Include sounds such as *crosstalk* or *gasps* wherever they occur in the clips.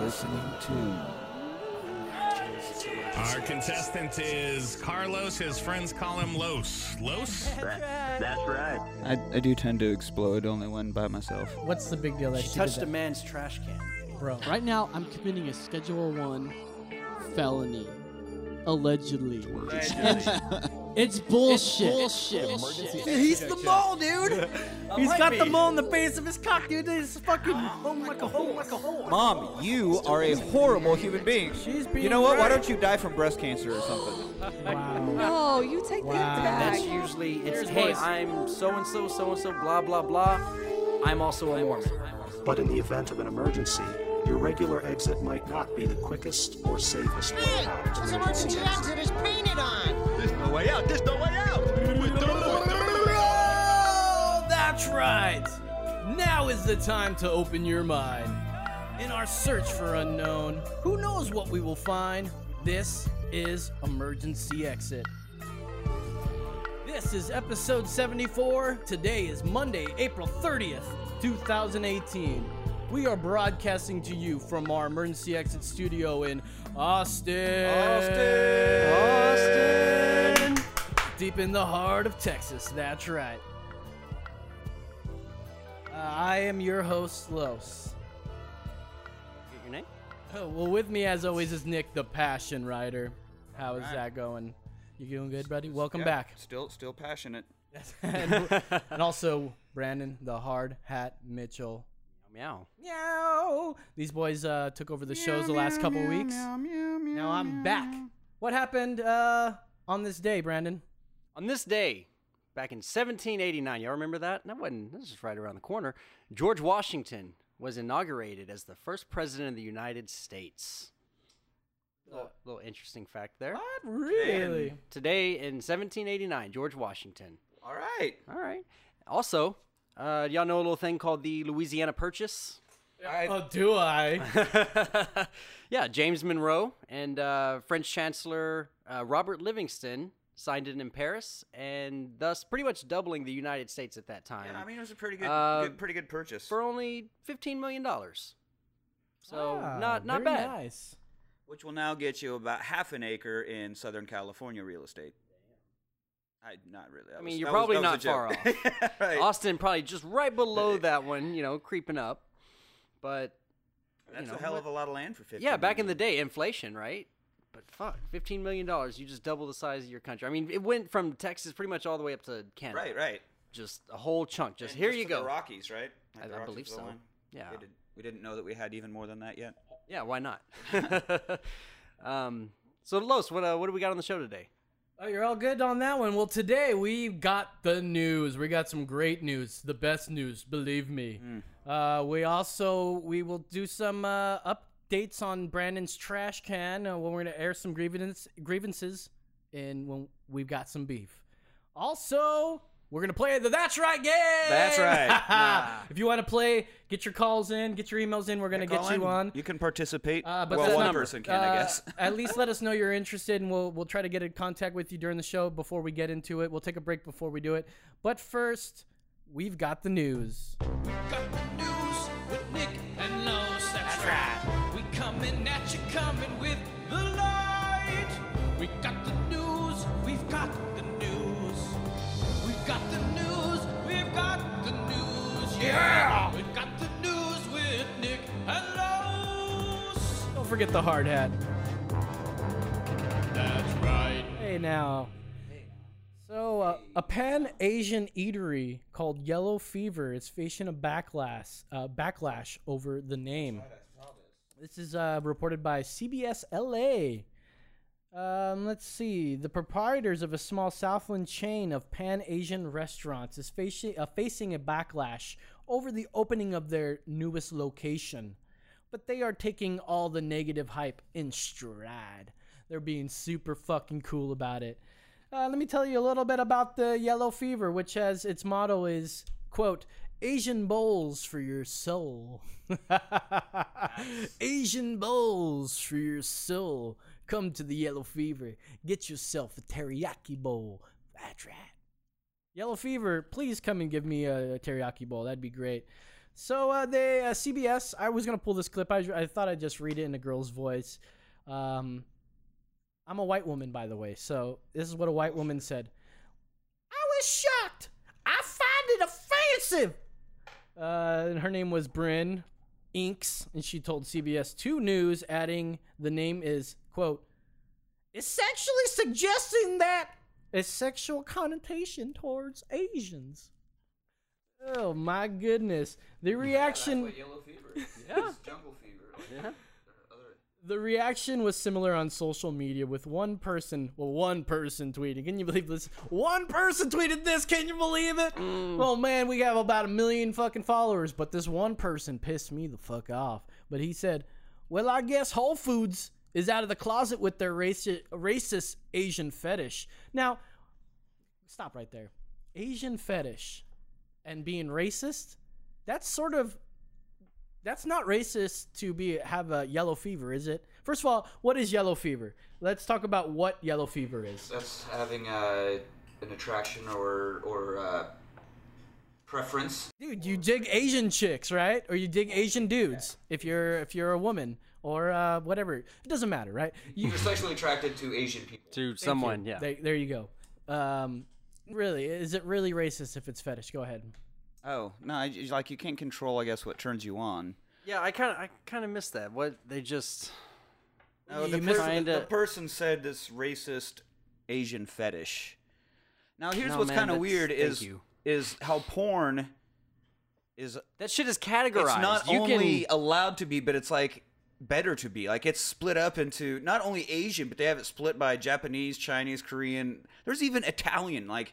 listening to. Our contestant is Carlos. His friends call him Los. Los? That's right. I, I do tend to explode only when by myself. What's the big deal that She she, touched a did man's trash can. that? bro? Right now, I'm committing a Schedule One felony, allegedly. *laughs* It's bullshit. bullshit. He's the mole, dude. He's might got the be. mole in the face of his cock, dude. He's fucking home like a hole, like a hole. Mom, you are a horrible human being. She's you being know what? Why right. don't you die from breast cancer or something? Wow. No, you take Wow. that back. That's usually it's Here's hey, voice. I'm so and so, so and so, blah blah blah. I'm also a Mormon. But in the event of an emergency, your regular exit might not be the quickest or safest way out. There's no way out. There's no way out. Oh, that's right. Now is the time to open your mind. In our search for unknown, who knows what we will find? This is Emergency Exit. This is episode 74. Today is Monday, April 30th, 2018. We are broadcasting to you from our Emergency Exit studio in Austin. Austin. Deep in the heart of Texas. That's right. Uh, I am your host, Los. Get your name? Oh, well, with me, as always, is Nick, the Passion Rider. How is that going? You doing good, buddy? Welcome Yeah, back. Still, still passionate. *laughs* and, and also Brandon, the Hard Hat Mitchell. Meow. Meow. These boys uh, took over the shows the last couple weeks. now I'm back. What happened uh, on this day, Brandon? On this day, back in 1789, y'all remember that? That wasn't. This is right around the corner. George Washington was inaugurated as the first president of the United States. Little, little interesting fact there. Really? Today in 1789, George Washington. All right. All right. Also, uh, y'all know a little thing called the Louisiana Purchase. oh, do I? *laughs* yeah, James Monroe and uh, French Chancellor uh, Robert Livingston signed it in Paris, and thus pretty much doubling the United States at that time Yeah, I mean, it was a pretty good, Oh, Uh, good pretty good purchase. for only fifteen million dollars. So Ah, not not very bad. Nice. which will now get you about half an acre in Southern California real estate. I not really. That I mean, was- that you're was- probably that not was a far joke. *laughs* right. Austin probably just right below that one, you know, creeping up. But That's you know, a hell what- of a lot of land for 50. yeah, back in the day, inflation, right? But fuck, fifteen million dollars, you just double the size of your country. I mean, it went from Texas pretty much all the way up to Canada. Right, right. Just a whole chunk. Just And here just you for go. The Rockies, right? I- Like the I Rockies believe were the so. one. Yeah. They did, we didn't know that we had even more than that yet. Yeah, why not? *laughs* um, so Los, what uh, what do we got on the show today? Oh, you're all good on that one. Well, today we got the news. We got some great news, the best news, believe me. Hmm. Uh, we also we will do some uh, updates on Brandon's trash can uh, when we're gonna air some grievance, grievances, and when we've got some beef. Also, we're gonna play the That's Right game. *laughs* That's right. if you want to play, get your calls in, get your emails in. We're gonna Call get you in. on. You can participate. Uh, but well, the one number, person can, I uh, guess. *laughs* at least let us know you're interested, and we'll we'll try to get in contact with you during the show before we get into it. We'll take a break before we do it, but first, we've got the news. Got the news with Nick and Los. That's, right. We coming at you, coming with the light. We got the news. We've got the news. We've got the news. We've got the news. Yeah. We've got the news with Nick and Los. Don't forget the hard hat. That's right. Hey now. So uh, a Pan Asian eatery called Yellow Fever is facing a backlash uh, backlash over the name. This is uh, reported by CBS LA. Um, let's see. The proprietors of a small Southland chain of Pan Asian restaurants is facing uh, facing a backlash over the opening of their newest location but they are taking all the negative hype in stride. They're being super fucking cool about it. Uh, let me tell you a little bit about the Yellow Fever, which has its motto is quote Asian bowls for your soul. Asian bowls for your soul. Come to the Yellow Fever. Get yourself a teriyaki bowl. That's right. Yellow Fever, please come and give me a, a teriyaki bowl. That'd be great. So uh, they uh, CBS. I was gonna pull this clip. I, I thought I'd just read it in a girl's voice. Um, I'm a white woman, by the way. So this is what a white woman said. I was shocked. I find it offensive. Uh, and her name was Bryn Inks, and she told CBS Two News, adding the name is quote essentially suggesting that a sexual connotation towards Asians. Oh my goodness! The reaction. Yellow *laughs* fever. Yeah. jungle fever. The reaction was similar on social media with one person, well, one person tweeting. Can you believe this? One person tweeted this. Can you believe it? Mm. Oh man, we have about a million fucking followers, but this one person pissed me the fuck off. But he said, "Well, I guess Whole Foods is out of the closet with their raci- racist Asian fetish." Now, stop right there. Asian fetish and being racist, that's sort of that's not racist to be have a yellow fever, is it? First of all, what is yellow fever? Let's talk about what yellow fever is. *laughs* That's having uh, an attraction or or uh, preference. Dude, you dig Asian chicks, right? Or you dig Asian dudes if you're if you're a woman or uh, whatever. It doesn't matter, right? *laughs* You, You're sexually attracted to Asian people. to someone. Yeah. there, there you go. Um, really, is it really racist if it's fetish? Go ahead. Oh no, I j like you can't control. I guess what turns you on. yeah, I kind of I kind of missed that. What they just No, You the missed- person, the *laughs* Kinda- person said this racist Asian fetish. Now here's No, what's man, kind of that's- weird thank is you. is how porn is. that shit is categorized. It's not you only can, allowed to be, but it's like better to be. Like it's split up into not only Asian, but they have it split by Japanese, Chinese, Korean. There's even Italian. Like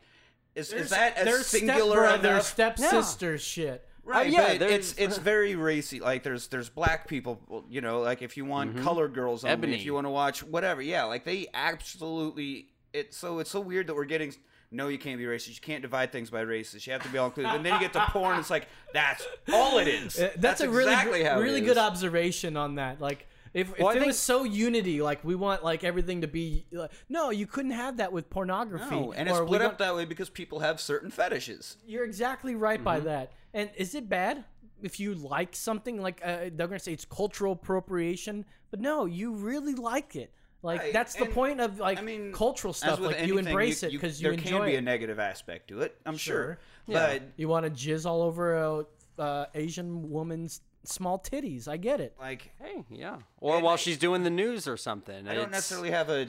is, is that a There's singular stepbrother, enough? stepsister shit. Right, yeah, but there's- it's *laughs* it's very racy. Like there's there's black people, well, you know, like if you want Mm-hmm. colored girls only, Ebony. if you want to watch whatever, yeah, like they absolutely. It's so it's so weird that we're getting. No, you can't be racist. You can't divide things by races. You have to be all inclusive. And then you get *laughs* to porn. It's like that's all it is. Uh, That's, a really, exactly gr- how it really good is. observation on that. Like, if, if Well, I it think- was so unity, like we want like everything to be, like, no, you couldn't have that with pornography. No, and it's or we split up don't- that way because people have certain fetishes. You're exactly right by Mm-hmm. that. And is it bad if you like something? Like uh, they're gonna say it's cultural appropriation, but no, you really like it. Like Right, that's the and, point of like I mean, cultural as stuff. with Like you anything, embrace it because you, there enjoy can be it. a negative aspect to it. I'm Sure. sure, but you want to jizz all over a uh, Asian woman's small titties. I get it. like hey, yeah. Or while she's doing the news or something. I don't It's- necessarily have a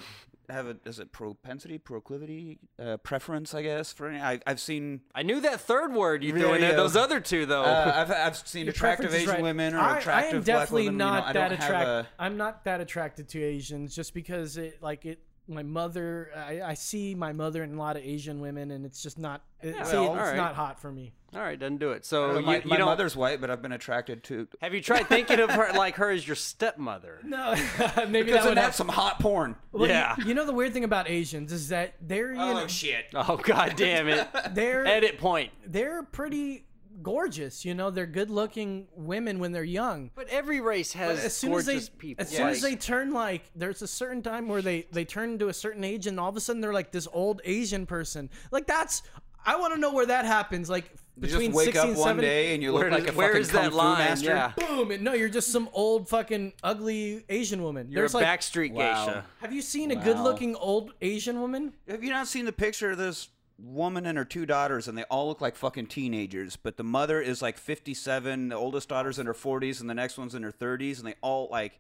have a is it propensity, proclivity, uh, preference, I guess for any. I, I've seen I knew that third word you threw in Really, there. uh, Those other two though. uh, I've I've seen Oh. *laughs* Your attractive preference is Asian right. women or I, I am attractive black definitely women. you know, not I that don't have attracted. a- I'm not that attracted to Asians just because it like it. My mother, I, I see my mother and a lot of Asian women, and it's just not. It, see, well, it's alright. not hot for me. *laughs* *laughs* All right, doesn't do it. So uh, you, my, you my don't. mother's white, but I've been attracted to. Have you tried thinking of her like her as *laughs* your stepmother? No, maybe Because that then would that's happen. some hot porn. Well, you- yeah. you, know the weird thing about Asians is that they're you know, shit! Oh god *laughs* damn it! they're Edit point. they're pretty gorgeous. You know, they're good looking women when they're young. But every race has as soon as gorgeous they people. as soon as they turn like there's a certain time where they they turn to a certain age and all of a sudden they're like this old Asian person. Like that's I want to know where that happens. Like You just between wake 16 up and one 17, day and you look where like a does- where fucking is kung that fu line? master. Yeah. boom and no, you're just some old fucking ugly Asian woman. You're there's a like backstreet Wow. geisha. have you seen a good looking old Asian woman? Have you not seen the picture of this woman and her two daughters, and they all look like fucking teenagers? But the mother is like 57, the oldest daughter's in her 40s, and the next one's in her 30s, and they all like.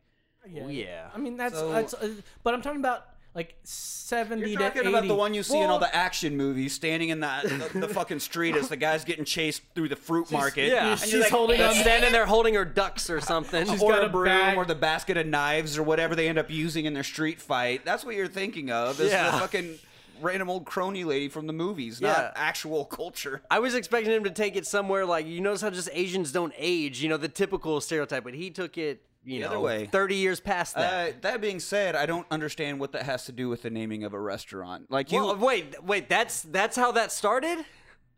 Oh, yeah. I mean that's, So- that's uh, but I'm talking about like 70 You're to talking about 80. the one you see in Well, all the action movies, standing in the, the, the fucking street as the guy's getting chased through the fruit market. yeah. And you're she's like, holding That's on standing there holding her ducks or something. She's or got a a broom bag. or the basket of knives or whatever they end up using in their street fight. That's what you're thinking of is Yeah. the fucking random old crony lady from the movies, Yeah. not actual *laughs* culture. I was expecting him to take it somewhere like you notice how just Asians don't age, you know, the typical stereotype, but he took it, you The know, other way. thirty years past that. Uh, that being said, I don't understand what that has to do with the naming of a restaurant. Like you, well, uh, wait, wait, that's that's how that started?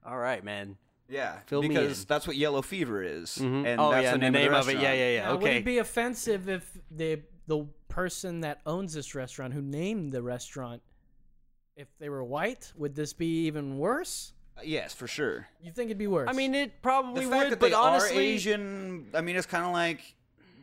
All right, man. yeah, fill me because in. that's what yellow fever is, Mm-hmm. and oh that's yeah, the and name, the name of, of the it. Yeah, restaurant. yeah, yeah. Now, Uh, Would okay. it be offensive if the the person that owns this restaurant, who named the restaurant, if they were white, would this be even worse? Uh, yes, for sure. You think it'd be worse? I mean, it The probably fact would, that but they honestly, are Asian, I mean, it's kind of like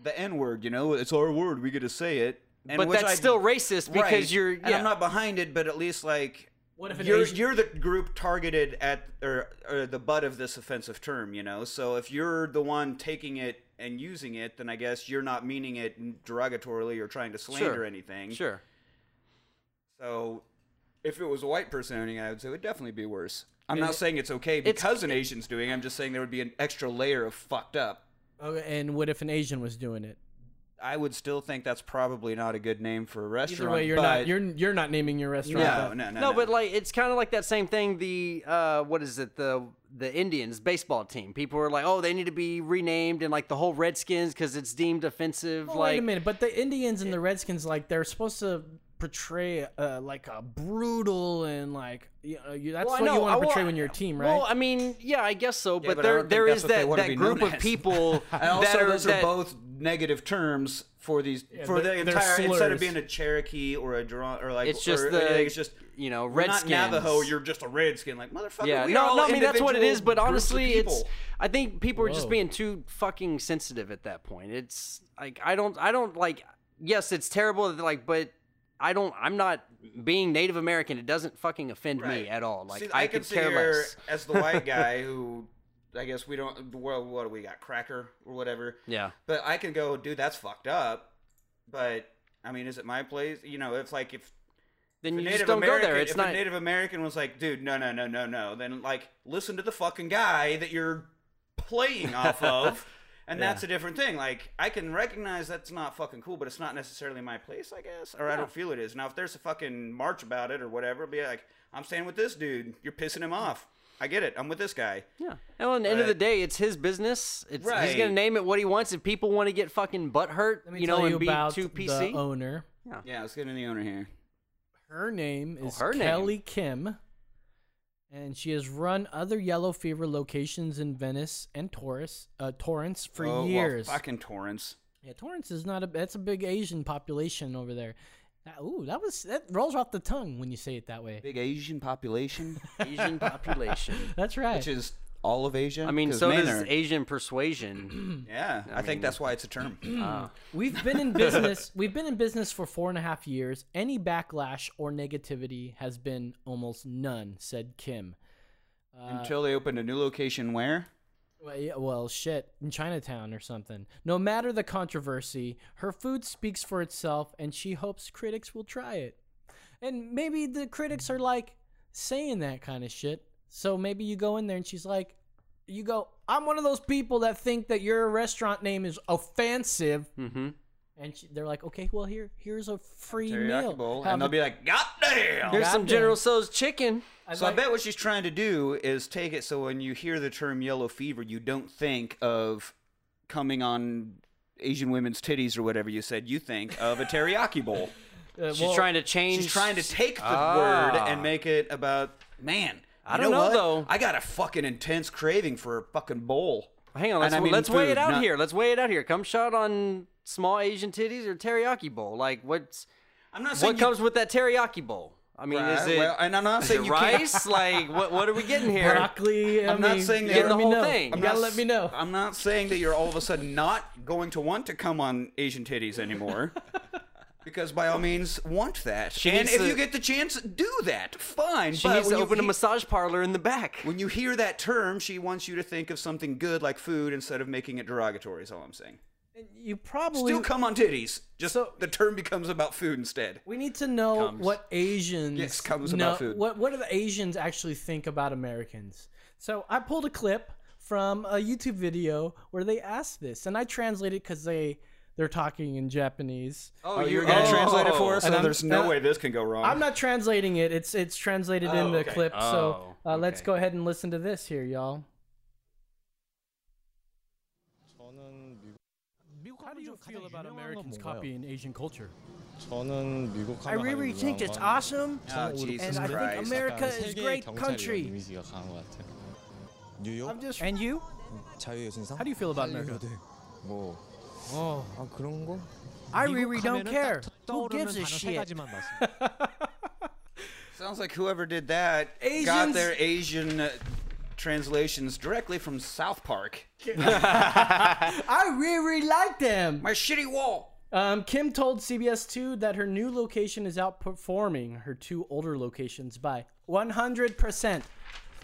the N word. You know, it's our word. We get to say it. And but which that's I- still racist because Right. you're. And yeah. I'm not behind it, but at least like what if an you're Asian- you're the group targeted at or, or the butt of this offensive term, you know. So if you're the one taking it and using it, then I guess you're not meaning it derogatorily or trying to slander Sure. anything. Sure. So if it was a white person owning it, I would say it would definitely be worse. I'm And not it- saying it's okay because an Asian's doing. it. I'm just saying there would be an extra layer of fucked up. Okay, Oh, and what if an Asian was doing it? I would still think that's probably not a good name for a restaurant. Either way, you're but not you're you're not naming your restaurant. no, that. no, no, No, but like it's kind of like that same thing. The uh, what is it? The the Indians baseball team. People were like, oh, they need to be renamed and like the whole Redskins because it's deemed offensive. Well, like, wait a minute, but the Indians and the Redskins, like they're supposed to portray uh, like a brutal and like you know, you, that's Well, I what know, you want I to wa- portray when you're a team, right? Well, I mean, yeah, I guess so. but but I there don't think there that's is what they that wanna that be group known of as. *laughs* people And also, that are those that, are both negative terms for these for they're- the they're entire. Instead slurs. of being a Cherokee or a draw or like It's just or the- anything, it's just you know, we're not Redskins. Navajo. You're just a redskin, like motherfucker. Yeah, we are no, all no. I mean, that's what it individual is. But groups of honestly, it's. people. I think people are just Whoa. being too fucking sensitive at that point. It's like I don't, I don't like. Yes, it's terrible. that, Like, but I don't. I'm not being Native American. It doesn't fucking offend Right. me at all. Like, See, I, can could care sit here less. as the white *laughs* guy who. I guess we don't. Well, what do we got? Cracker or whatever. Yeah. But I can go, dude. That's fucked up. But I mean, is it my place? You know, it's like if Then If you a just Native don't American, go there. It's if not. a Native American was like, dude, no, no, no, no, no, then like listen to the fucking guy that you're playing off *laughs* of, and that's a different thing. Like I can recognize that's not fucking cool, but it's not necessarily my place, I guess, or I don't feel it is. Now if there's a fucking march about it or whatever, be like, I'm staying with this dude. You're pissing him off. I get it. I'm with this guy. yeah. And on the end of the Right. day, it's his business. It's, He's Right. gonna name it what he wants. If people want to get fucking butt hurt, Let me you tell know, you and be about too the PC. owner. Yeah, let's get in the owner here. Her name Oh, is her name. Kelly Kim, and she has run other yellow fever locations in Venice and Taurus, uh, Torrance for Oh, well, years. fucking Torrance. Yeah, Torrance is not a. That's a big Asian population over there. That, ooh, that was that rolls off the tongue when you say it that way. Big Asian population, Asian population. That's right. which is all of Asia. I mean, *laughs* 'Cause so men does are- Asian persuasion. Yeah, I, think that's why it's a *clears throat* term. Uh, We've been in business. *laughs* We've been in business for four and a half years. Any backlash or negativity has been almost none," said Kim. Until they opened a new location where? Well, yeah, well, shit, in Chinatown or something. No matter the controversy, her food speaks for itself, and she hopes critics will try it. And maybe the critics are like saying that kind of shit. So maybe you go in there and she's like, you go, I'm one of those people that think that your restaurant name is offensive. mm-hmm. And she, they're like, okay, well, here, here's a free meal. Teriyaki bowl. Have And they'll a- be like, God damn! Here's some Goddamn. General So's chicken. I'd So I like- bet what she's trying to do is take it so when you hear the term yellow fever, you don't think of coming on Asian women's titties or whatever you said. You think of a teriyaki bowl. uh, She's well, trying to change. She's trying to take the Ah. word and make it about, man. I you don't know, what? though. I got a fucking intense craving for a fucking bowl. Hang on, And let's, I mean let's weigh food, it out not- here. Let's weigh it out here. Come shot on small Asian titties or teriyaki bowl. Like what's I'm not saying what you- comes with that teriyaki bowl? I mean, is Right, it, well, and I'm not is saying it you can't- *laughs* rice? *laughs* like what what are we getting here? broccoli. I I'm not mean, saying you that- gotta the let me whole know. thing. You I'm gotta not let s- me know. I'm not saying that you're all of a sudden not going to want to come on Asian titties anymore. Because by all means, want that. She and needs if to- you get the chance, do that. Fine. She but needs to when you open a he- massage parlor in the back. When you hear that term, she wants you to think of something good like food instead of making it derogatory. Is all I'm saying. You probably Still come on titties. Just So- the term becomes about food instead. We need to know Comes. what Asians Yes, comes know, about food. What what do the Asians actually think about Americans? So I pulled a clip from a YouTube video where they asked this, and I translated because they they're talking in Japanese. Oh, You're gonna translate it for us. And So I'm- there's no uh, way this can go wrong. I'm not translating it. It's it's translated in the clip. so Oh, uh, let's okay. go ahead and listen to this here, y'all. How do you feel about Americans copying Asian culture? I really think it's awesome, Oh, Jesus and I think Christ. America is a great country. 뉴욕 I'm just and you? 자유여신상? How do you feel about America? 뭐, Oh, 아 그런 거? I really don't care. Who gives a shit? Sounds like whoever did that got Asians- their Asian uh, translations directly from South Park. I really like them. My shitty wall. Um, Kim told CBS2 that her new location is outperforming her two older locations by 100%.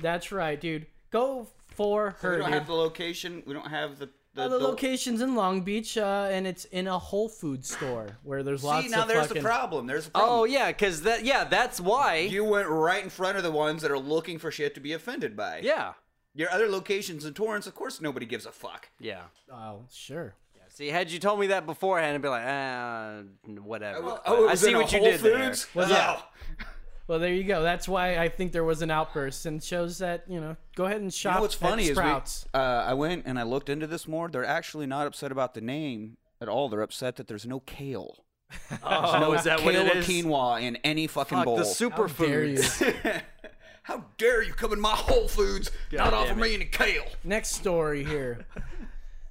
That's right, dude. Go for So we her, don't dude. have the location. We don't have the the, Uh, the location's in Long Beach, uh, and it's in a Whole Foods store where there's lots See, now of there's fucking... the problem. There's the problem. Oh yeah, because that yeah, that's why. You went right in front of the ones that are looking for shit to be offended by. yeah, Your other locations in Torrance, of course, nobody gives a fuck. yeah. Oh, sure. See, had you told me that beforehand, I'd be like, ah, whatever. Well, But Oh, it I was see in a what you Whole did Foods? there. Was Yeah. Well, there you go. That's why I think there was an outburst, and shows that you know, go ahead and You shop know what's funny at is we, uh, Sprouts. I went and I looked into this more. They're actually not upset about the name at all. They're upset that there's no kale. Oh, is that kale what it or is? quinoa in any fucking Fuck, bowl. the How dare you. superfoods. *laughs* How dare you come in my Whole Foods, not offer me any kale? Next story here.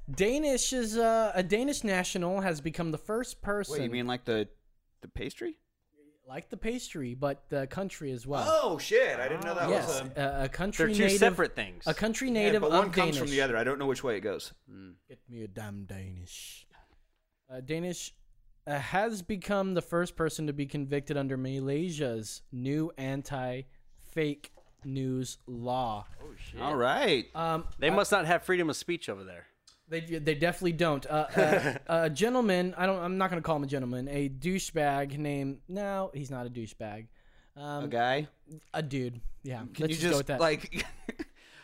Danish is uh, a Danish national has become the first person Wait, you mean like the the pastry? like the pastry, but the country as well. Oh shit! I didn't know that yes, was a. a, a country They're two native, separate things. A country Yeah, native but one of comes Danish. from the other. I don't know which way it goes. Get me a damn Danish. Uh, Danish uh, has become the first person to be convicted under Malaysia's new anti-fake news law. All right. Um, They must not have freedom of speech over there. They, they definitely don't. Uh, uh, *laughs* a gentleman, I don't. I'm not gonna call him a gentleman. A douchebag named. No, he's not a douchebag. Um, a guy. a dude. Yeah. Can let's you just, just go with that. Um, like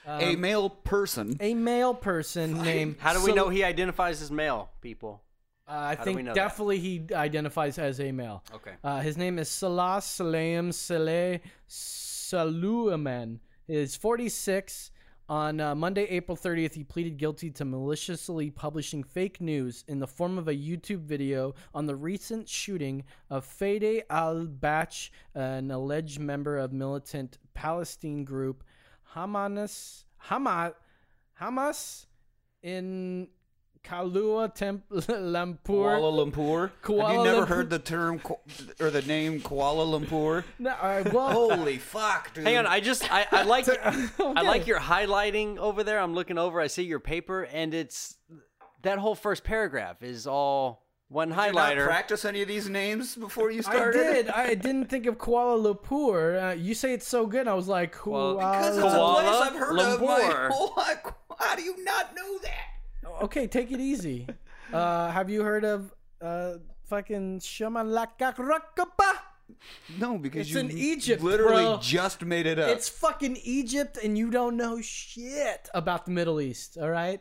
*laughs* a male person? a male person named. How do we Sol- know he identifies as male, people? Uh, I do we think know that? definitely he identifies as a male. Okay. Uh, his name is Salah Salam Saleh Saluaman. He is 46. On uh, Monday, April 30th, he pleaded guilty to maliciously publishing fake news in the form of a YouTube video on the recent shooting of Fede al Bach, an alleged member of militant Palestine group Hamas, Hamas, Hamas in Kalua Temp- *laughs* Lumpur. Kuala Lumpur. Have Kuala you never Lumpur. heard the term Ku- or the name Kuala Lumpur? No, uh, *laughs* well, Holy fuck, dude! Hang on, I just I, *laughs* I like I like Okay. your highlighting over there. I'm looking over, I see your paper, and it's that whole first paragraph is all one Did you not highlighter. practice any of these names before you I started? did. I didn't think of Kuala Lumpur. Uh, you say it's so good. I was like, Well, Kuala. Because it's Kuala a place I've heard of my Lumpur. whole life. *laughs* How do you not know that? okay, take it easy. Uh, have you heard of uh, fucking Shamalakakrakapa? No, because It's you in Egypt, literally bro. just made it up. It's fucking Egypt, and you don't know shit about the Middle East. All right,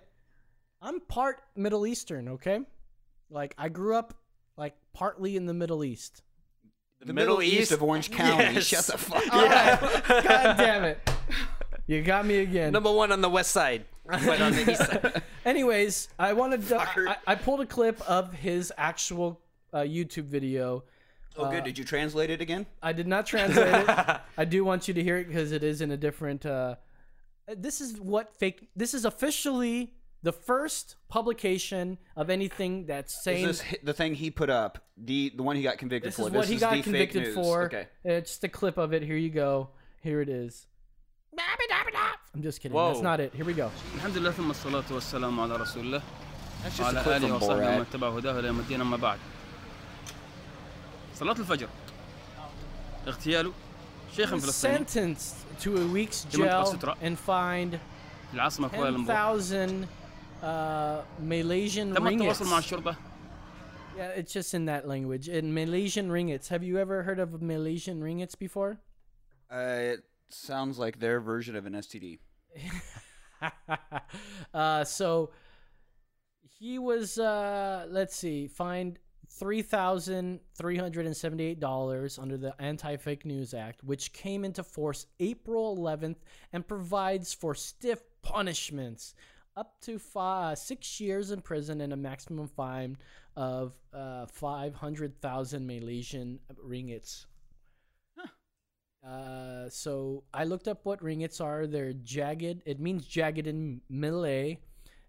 I'm part Middle Eastern. Okay, like I grew up like partly in the Middle East. the Middle, East, of Orange *laughs* County. Yes. Shut the fuck up. *laughs* God damn it! You got me again. Number one on the west side, but on the east side. *laughs* Anyways, I wanted to, Fucker. I, I pulled a clip of his actual uh, YouTube video. Oh, good. Did you translate it again? I did not translate it. *laughs* I do want you to hear it because it is in a different. Uh, this is what fake. This is officially the first publication of anything that's Is saying. this hi- the thing he put up? The the one he got convicted this for. is what he the got fake convicted news. for. Okay. It's just a clip of it. Here you go. Here it is. I'm just kidding. That's Whoa. not it. Here we go. الحمد لله ثم الصلاة والسلام على رسول الله That's just a وعلى clip آله from وصحبه ومن Borat. اتبع هداه إلى يوم الدين أما بعد صلاة الفجر اغتيال شيخ فلسطيني Sentenced to a week's Jemand jail kostet dra- and fined في العاصمة كوالا لمبور 10,000 uh, Malaysian تم التواصل مع ringgits. الشرطة Yeah, it's just in that language. In Malaysian ringgits. Have you ever heard of Malaysian ringgits before? Uh, it sounds like their version of an STD. *laughs* uh, so he was, uh, let's see, fined $3,378 under the Anti Fake News Act, which came into force April 11th and provides for stiff punishments up to five, six years in prison and a maximum fine of uh, 500,000 Malaysian ringgits. Uh, so I looked up what ringgits are. They're jagged. It means jagged in Malay,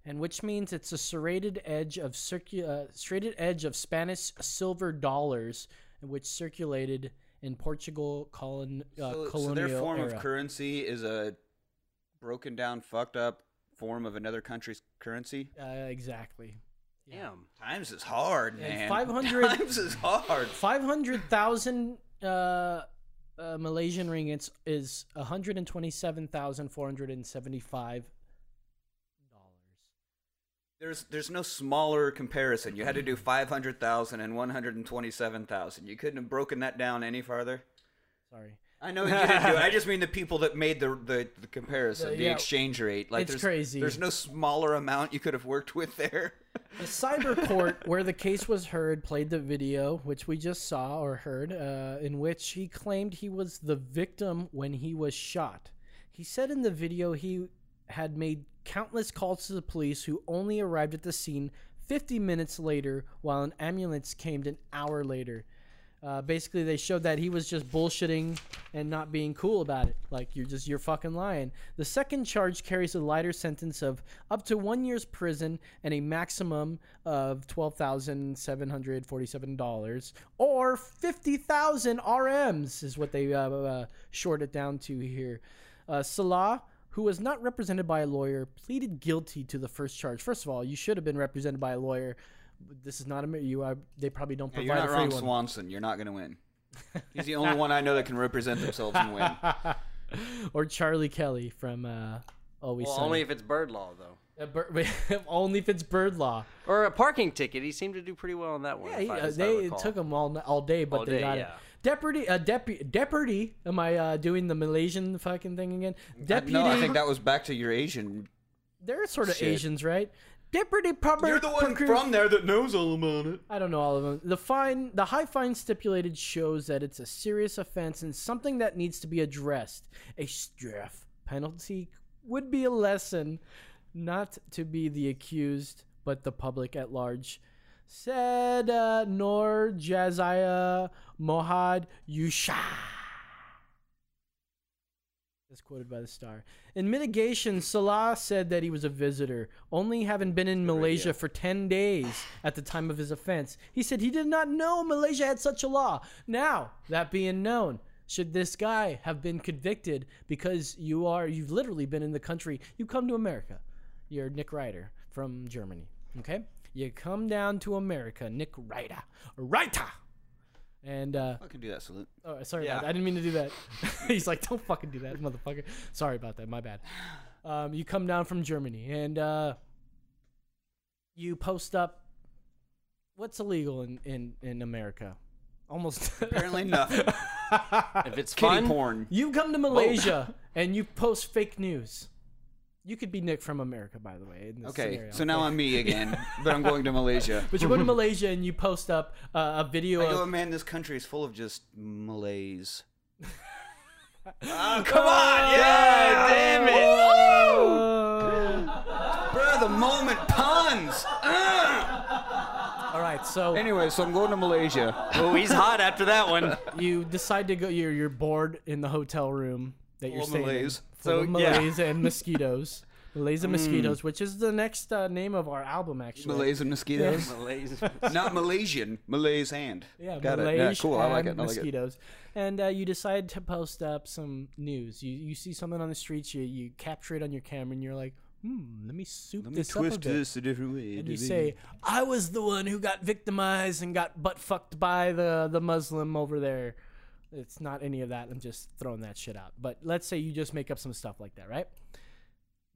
and which means it's a serrated edge of circu- uh, serrated edge of Spanish silver dollars, which circulated in Portugal colon, uh, so, so colonial their form era. of currency is a broken down, fucked up form of another country's currency. uh, exactly. Damn. Times is hard, man. And 500 *laughs* times is hard. 500,000 uh, uh, Malaysian ringgits is 127,475. There's there's no smaller comparison. You had to do 500,000 and 127,000. You couldn't have broken that down any farther. Sorry. I know you didn't do it. I just mean the people that made the the, the comparison, The- the yeah. exchange rate. Like It's there's, crazy. There's no smaller amount you could have worked with there. The cyber court where the case was heard played the video, which we just saw or heard, uh, in which he claimed he was the victim when he was shot. He said in the video he had made countless calls to the police, who only arrived at the scene 50 minutes later, while an ambulance came an hour later. Uh, basically, they showed that he was just bullshitting and not being cool about it. Like you're just you're fucking lying. The second charge carries a lighter sentence of up to one year's prison and a maximum of twelve thousand seven hundred forty-seven dollars or fifty thousand RMs is what they uh, uh, short it down to here. Uh, Salah who was not represented by a lawyer, pleaded guilty to the first charge. First of all, you should have been represented by a lawyer. This is not a you. Are, they probably don't Yeah, provide you're a not free wrong, one. Swanson. You're not going to *laughs* win. He's the only one I know that can represent themselves and win. or Charlie Kelly from uh, Always Well, Sunny. only if it's bird law, though. Uh, *laughs* Bur- *laughs* only if it's bird law. Or a parking ticket. He seemed to do pretty well on that one. Yeah, if he, I- uh, as I they recall. took him all all day, but All they day, got yeah. it. Deputy, uh, deputy, deputy. Am I uh, doing the Malaysian fucking thing again? Deputy. No, I think that was back to your Asian. they're sort of Shit. Asians, right? Deputy Proper. You're the one Procure- from there that knows all about it. I don't know all of them. The fine, the high fine stipulated shows that it's a serious offense and something that needs to be addressed. A straff penalty would be a lesson, not to be the accused, but the public at large. Said uh, Nor Jaziah Mohad Yusha as quoted by the star. In mitigation, Salah said that he was a visitor, only having been in Malaysia for 10 days at the time of his offense. He said he did not know Malaysia had such a law. Now, that being known, should this guy have been convicted because you are you've literally been in the country, you come to America. You're Nick Ryder from Germany, okay? You come down to America, Nick Ryder. Ryder. And uh I can do that salute. Oh, sorry Yeah. about that. I didn't mean to do that. *laughs* *laughs* He's like, don't fucking do that, motherfucker. Sorry about that. My bad. Um, you come down from Germany and uh, you post up. What's illegal in, in, in America? Almost. *laughs* Apparently nothing. If it's Kitty fun, porn. you come to *laughs* Malaysia and you post fake news. You could be Nick from America, by the way. In this Okay, scenario, so now I'm me again, but I'm going to Malaysia. But *laughs* you go to Malaysia and you post up uh, a video I of go, man, this country is full of just Malays. oh, come on! Yeah! Damn it! Bro, the moment puns! Ah! All right, so Anyway, so I'm going to Malaysia. Oh, he's hot after *laughs* that one. you decide to go. You're you're bored in the hotel room that you're of staying malaise. Hmm. in, full So, of yeah. *laughs* malaise and mosquitoes. Malaise and mosquitoes, which is the next uh, name of our album, *laughs* actually. Malays and mosquitoes. Malays. Not Malaysian, Malays hand. Yeah, Got it. malaise Yeah, cool. I like it. and I like it. mosquitoes. And uh, you decide to post up some news. You you see something on the streets. You you capture it on your camera, and you're like, hmm, let me soup Let me this twist up a bit. this a different way. and you say, "I was the one who got victimized and got butt fucked by the the Muslim over there." It's not any of that. I'm just throwing that shit out. But let's say you just make up some stuff like that, right?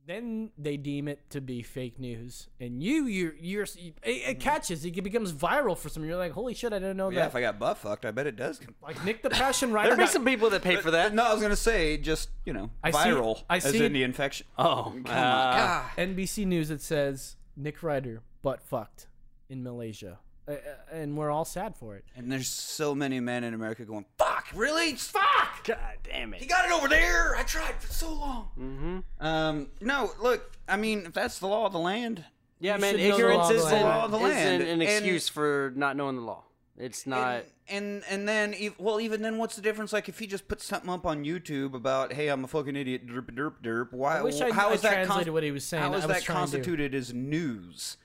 Then they deem it to be fake news, and you you you're it, it catches. It becomes viral for some. You're like, "Holy shit! I didn't know Mm-hmm. yeah, if that." I got butt fucked, I bet it does. come- like Nick *laughs* the Passion Rider. There'd be got- some people that pay for that. No, I was gonna say just you know I see- viral I as see- in the infection. Ah. Oh, come on, uh, God. NBC News it says Nick Ryder butt fucked in Malaysia, Uh, uh, and we're all sad for it. And there's so many men in America going, "Fuck, really? Fuck! God damn it. He got it over there. I tried for so long." Mm-hmm. Um, no, look. I mean, if that's the law of the land, Yeah, You man, should know the law ignorance of the isn't, law of the land. isn't an And- excuse for not knowing the law. It's not. and and, and then ev- well, even then, what's the difference? Like, if he just puts something up on YouTube about, "Hey, I'm a fucking idiot," derp derp derp. Why? I wish I- how I is that translated what he was saying. How is I was that trying to. constituted as news?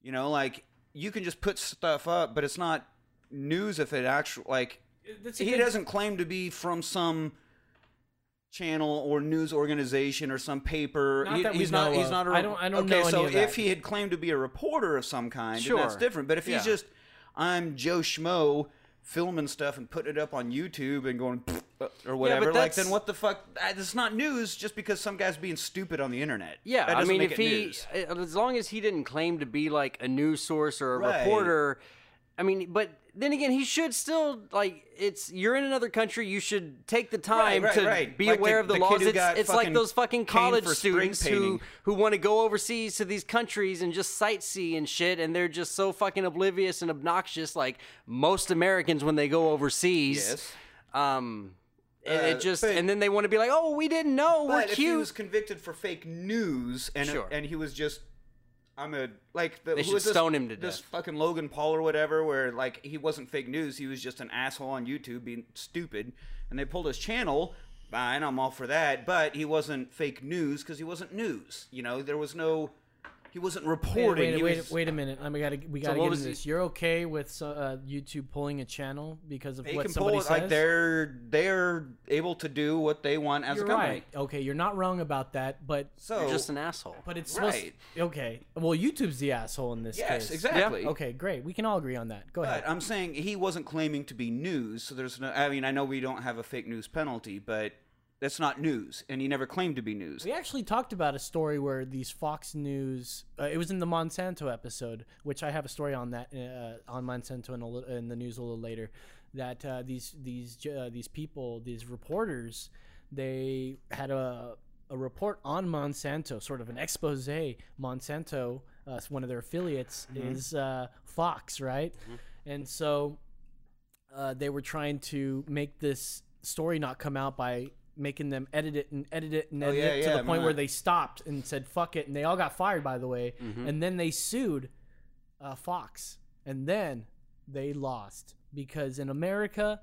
You know, like you can just put stuff up, but it's not news if it actually like. that's a he good- doesn't claim to be from some channel or news organization or some paper. Not He- that we he's not. know He's of. not. A, I don't- I don't okay, know any so of that. if he had claimed to be a reporter of some kind, then that's Sure. different. But if he's Yeah. just, I'm Joe Schmo filming stuff and putting it up on YouTube and going uh, or whatever, like that's- then what the fuck? Uh, It's not news just because some guy's being stupid on the internet. Yeah, that I doesn't mean, make if it he, uh, news. as long as he didn't claim to be like a news source or a Right. reporter, I mean, but then again, he should still like it's you're in another country, you should take the time right, to right. be Like the- aware of the, the kid laws. who It's, got it's like fucking those fucking caned college for spring students who painting. who want to go overseas to these countries and just sightsee and shit, and they're just so fucking oblivious and obnoxious, like most Americans when they go overseas. Yes. Um, it, Uh, it just but- and then they want to be like, oh, we didn't know, but we're if he cute. was convicted for fake news and Sure. and he was just I'm a like the, They who should was this- stone him to this death. fucking Logan Paul or whatever where like he wasn't fake news he was just an asshole on YouTube being stupid and they pulled his channel fine I'm all for that but he wasn't fake news because he wasn't news you know there was no he wasn't reporting Wait, he wait, wait, was wait a minute. Let me gotta we So gotta what get was into he- this. You're okay with so, uh, YouTube pulling a channel because of they what can somebody pull it says? like they're they're able to do what they want as you're a company right. Okay, you're not wrong about that, but so You're just an asshole. but it's supposed right. okay. Well, YouTube's the asshole in this Yes, case. exactly. Okay, great. We can all agree on that. Go ahead. But I'm saying he wasn't claiming to be news, so there's no. I mean, I know we don't have a fake news penalty, but that's not news, and he never claimed to be news. We actually talked about a story where these Fox News. Uh, it was in the Monsanto episode, which I have a story on that uh, on Monsanto in, a li- in the news a little later. That uh, these these j- uh, these people, these reporters, they had a a report on Monsanto, sort of an expose. Monsanto, uh, it's one of their affiliates, Mm-hmm. Mhm. is uh, Fox, right? And so uh, they were trying to make this story not come out by making them edit it and edit it and Oh, edit yeah, it yeah, to I the point remember where that. they stopped and said fuck it and they all got fired by the way Mhm. and then they sued uh, Fox and then they lost because in America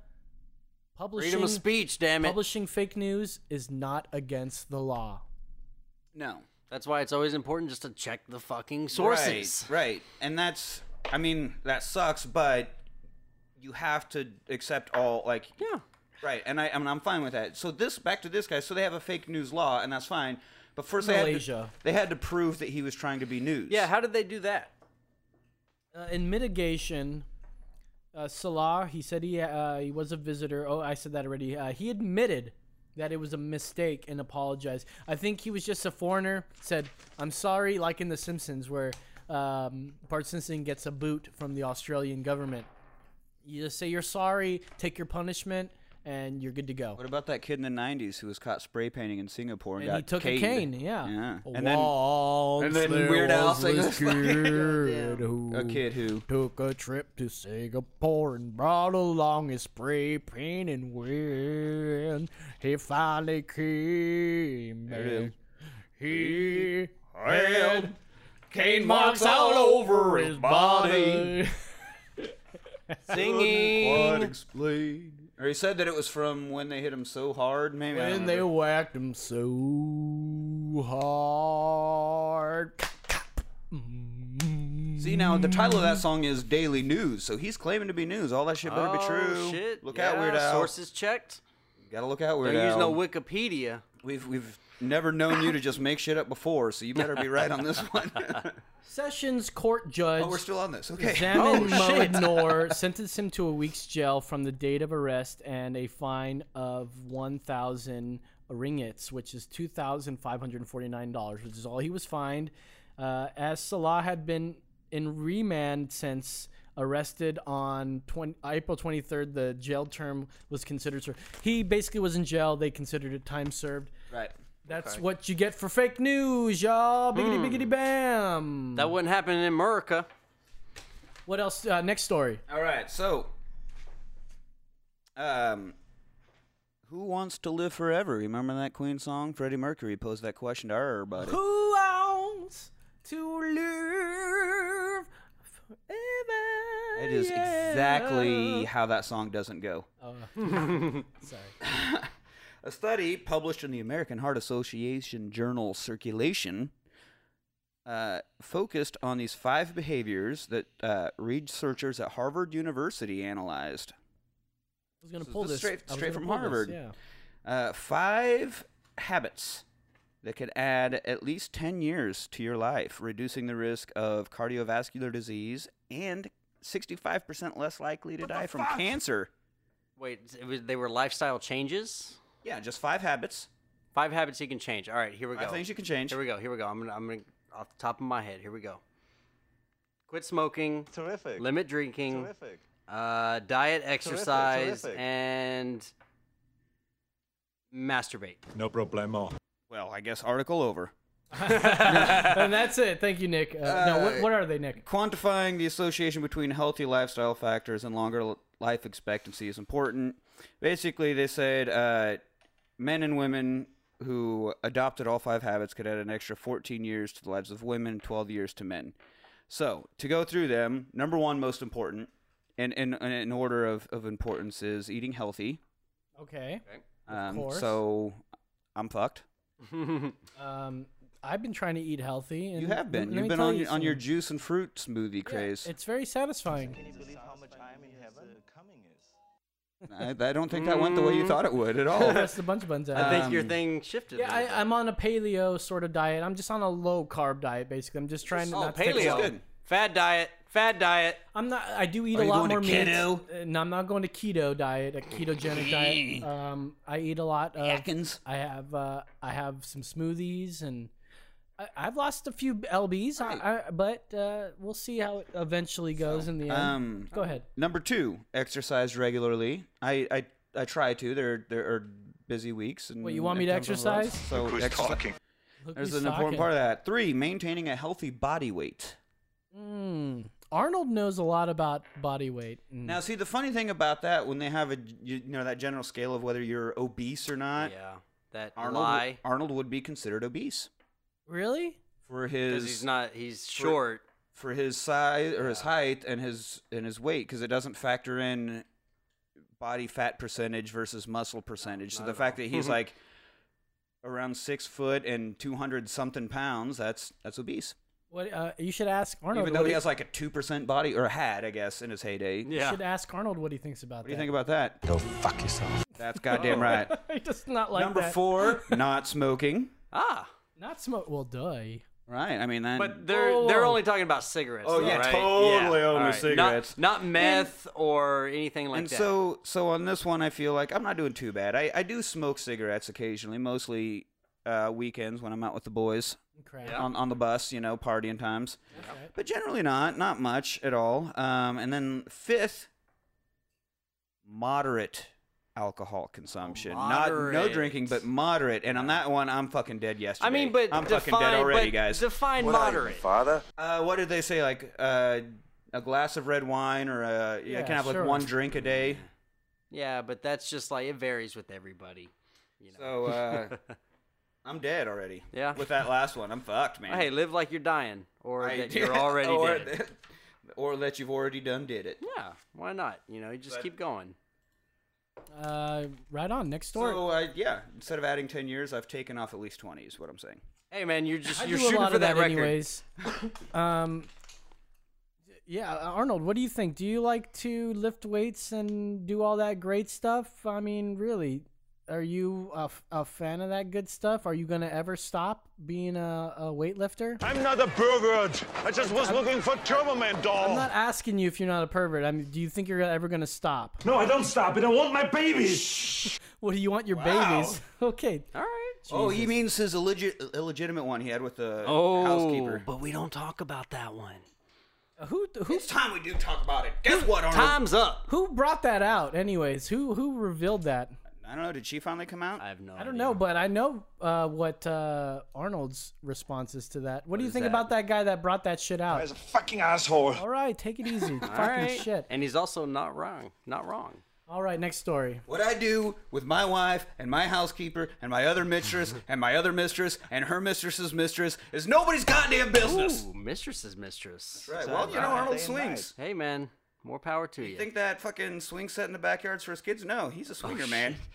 publishing Freedom of speech, damn it. publishing fake news is not against the law. No. That's why it's always important just to check the fucking sources. Right, right. And that's, I mean, that sucks, but you have to accept all, like, yeah, right. And I, I mean, I'm fine with that. So this, back to this guy. So they have a fake news law, and that's fine. But first, they had, to, Malaysia. they had to prove that he was trying to be news. Yeah, how did they do that? Uh, in mitigation, uh, Salah, he said he uh, he was a visitor. Oh, I said that already. Uh, he admitted that it was a mistake and apologized. I think he was just a foreigner. Said, "I'm sorry," like in The Simpsons, where um, Bart Simpson gets a boot from the Australian government. You just say you're sorry, take your punishment, and you're good to go. What about that kid in the '90s who was caught spray painting in Singapore and, And he got took a caned? cane, yeah. yeah. A and then waltz, and then there Weird Al was sang this *laughs* this fucking- kid who a kid who took a trip to Singapore and brought along his spray paint and when he finally came There it is. back, he had cane marks all over his body. Couldn't quite Singing. explain. Or he said that it was from when they hit him so hard, maybe. I don't When they remember. whacked him so hard. See now, the title of that song is Daily News, so he's claiming to be news. All that shit better be Oh, true. shit. Look yeah, out, Weird Al. Sources checked. Gotta look out, Weird Don't use Al. no Wikipedia. we've we've never known you to just make shit up before, so you better be right on this *laughs* one. *laughs* Sessions court judge. Oh, we're still on this. Okay. Zaman Oh, shit. Moadnoor sentenced him to a week's jail from the date of arrest and a fine of 1,000 ringgits, which is $2,549, which is all he was fined. Uh, as Salah had been in remand since arrested on 20, April 23rd, the jail term was considered served. He basically was in jail. They considered it time served. right. That's Okay. what you get for fake news, y'all. Biggity, Hmm. biggity, bam. That wouldn't happen in America. What else? Uh, next story. All right, so um who wants to live forever? Remember that Queen song? Freddie Mercury posed that question to everybody. Who wants to live forever? It is Yeah. exactly *laughs* how that song doesn't go. *laughs* Oh. sorry. A study published in the American Heart Association journal Circulation uh, focused on these five behaviors that uh, researchers at Harvard University analyzed. I was gonna So pull this this is straight, I was straight gonna from pull this, Harvard. yeah. Uh, five habits that could add at least 10 years to your life, reducing the risk of cardiovascular disease and 65% less likely to die from cancer. Wait, it was, they were lifestyle changes? Yeah, just five habits. Five habits you can change. All right, here we go. Five things you can change. Here we go. Here we go. I'm gonna, I'm gonna off the top of my head. Here we go. Quit smoking. Terrific. Limit drinking. Terrific. Uh, diet, exercise, terrific. and *laughs* masturbate. No problemo. Well, I guess article over. and that's it. Thank you, Nick. Uh, no, what, what are they, Nick? Quantifying the association between healthy lifestyle factors and longer l- life expectancy is important. Basically, they said uh, men and women who adopted all five habits could add an extra 14 years to the lives of women, 12 years to men. So, to go through them, number one, most important, and in, in, in order of, of importance, is eating healthy. Okay. Um, course. so, I'm fucked. um, I've been trying to eat healthy. And You have let- been. let You've me been tell on, you your on your something. juice and fruit smoothie craze. It's very satisfying. *laughs* I, I don't think that went the way you thought it would at all. *laughs* Press the bunch buttons out. I think your Um, thing shifted. Yeah, I, I'm on a paleo sort of diet. I'm just on a low carb diet, basically. I'm just trying to oh, not to take paleo. Fad diet. Fad diet. I'm not. I do eat Are a you lot going to more meat. keto? Uh, No, I'm not going to keto diet, a ketogenic diet. Um, I eat a lot of. I have. Uh, I have some smoothies and. I- I've lost a few lbs, I, I, but uh, we'll see how it eventually goes in the end. Um, Go ahead. Number two, exercise regularly. I, I, I try to. There, there are busy weeks. And What, you want me to and times of life, exercise? So Look who's exerci- talking. Look There's who's an important talking. part of that. Three, maintaining a healthy body weight. Mm. Arnold knows a lot about body weight. Mm. Now, see, the funny thing about that, when they have a, you know, that general scale of whether you're obese or not. Yeah, that Uh, Arnold, lie. Arnold would be considered obese really? for Because his. he's not. He's for- short. for his size or his height and his and his weight because it doesn't factor in body fat percentage versus muscle percentage. so not the at fact all. that he's like around six foot and two hundred something pounds, that's that's obese. What uh, you should ask Arnold. Even though what he has like a two percent body or had, I guess, in his heyday. you should ask Arnold what he thinks about What do you that. think about that? Go fuck yourself. That's *laughs* goddamn right. he does not like Number that. four, not smoking. Ah, Not smoke. Well, die. Right. I mean that. Oh. but they're they're only talking about cigarettes. Oh, though, yeah, right? totally Yeah, only all right. Not- cigarettes. Not, meth or anything like and that. so so on this one i feel like i'm not doing too bad i, I do smoke cigarettes occasionally mostly uh, weekends when i'm out with the boys Crap. on, on the bus you know partying times but generally not not much at all um, and then fifth moderate alcohol consumption not no Oh, Moderate. drinking but moderate and on that one i'm fucking dead yesterday I mean, but i'm define, fucking dead already but guys Define moderate. father uh, what did they say like uh, a glass of red wine or uh, i Yeah, can have sure. like one drink a day Yeah, but that's just like it varies with everybody. You So know? uh, *laughs* I'm dead already. Yeah. With that last one, I'm fucked, man. *laughs* hey, live like you're dying, or I- that you're already *laughs* or dead. that- or that you've already done did it. Yeah, why not? You know, you just But- keep going. Uh, right on. Next door. So uh, yeah, instead of adding ten years, I've taken off at least twenty. Is what I'm saying. Hey, man, you're just I you're do shooting a lot for of that, record. *laughs* anyways. um, yeah, uh, Arnold, what do you think? Do you like to lift weights and do all that great stuff? I mean, really, are you a, f- a fan of that good stuff? Are you gonna ever stop being a, a weightlifter? I'm not a pervert. I just was looking for Turboman doll. I'm not asking you if you're not a pervert. I mean, do you think you're ever gonna stop? no, I don't stop it. I want my babies. What do you want your Wow. babies? *laughs* Okay. All right. Oh, he means his illegit- illegitimate one he had with the Oh, housekeeper. but we don't talk about that one. Who? Who? It's time we do talk about it. Guess what, Arnold? Time's up. Who brought that out? Anyways, who who revealed that? I don't know. Did she finally come out? I have no. I don't know, but I know uh, what uh, Arnold's response is to that. What, do you is think that? about that guy that brought that shit out? He's a fucking asshole. All right, take it easy. *laughs* All fucking right. shit. And he's also not wrong. Not wrong. All right, next story. What I do with my wife and my housekeeper and my other *laughs* mistress and my other mistress and her mistress's mistress is nobody's goddamn business. Ooh, mistress's mistress. That's right. Well, you know, Arnold swings. Hey, man, more power to you. You think that fucking swing set in the backyard's for his kids? No, he's a swinger, man. *laughs*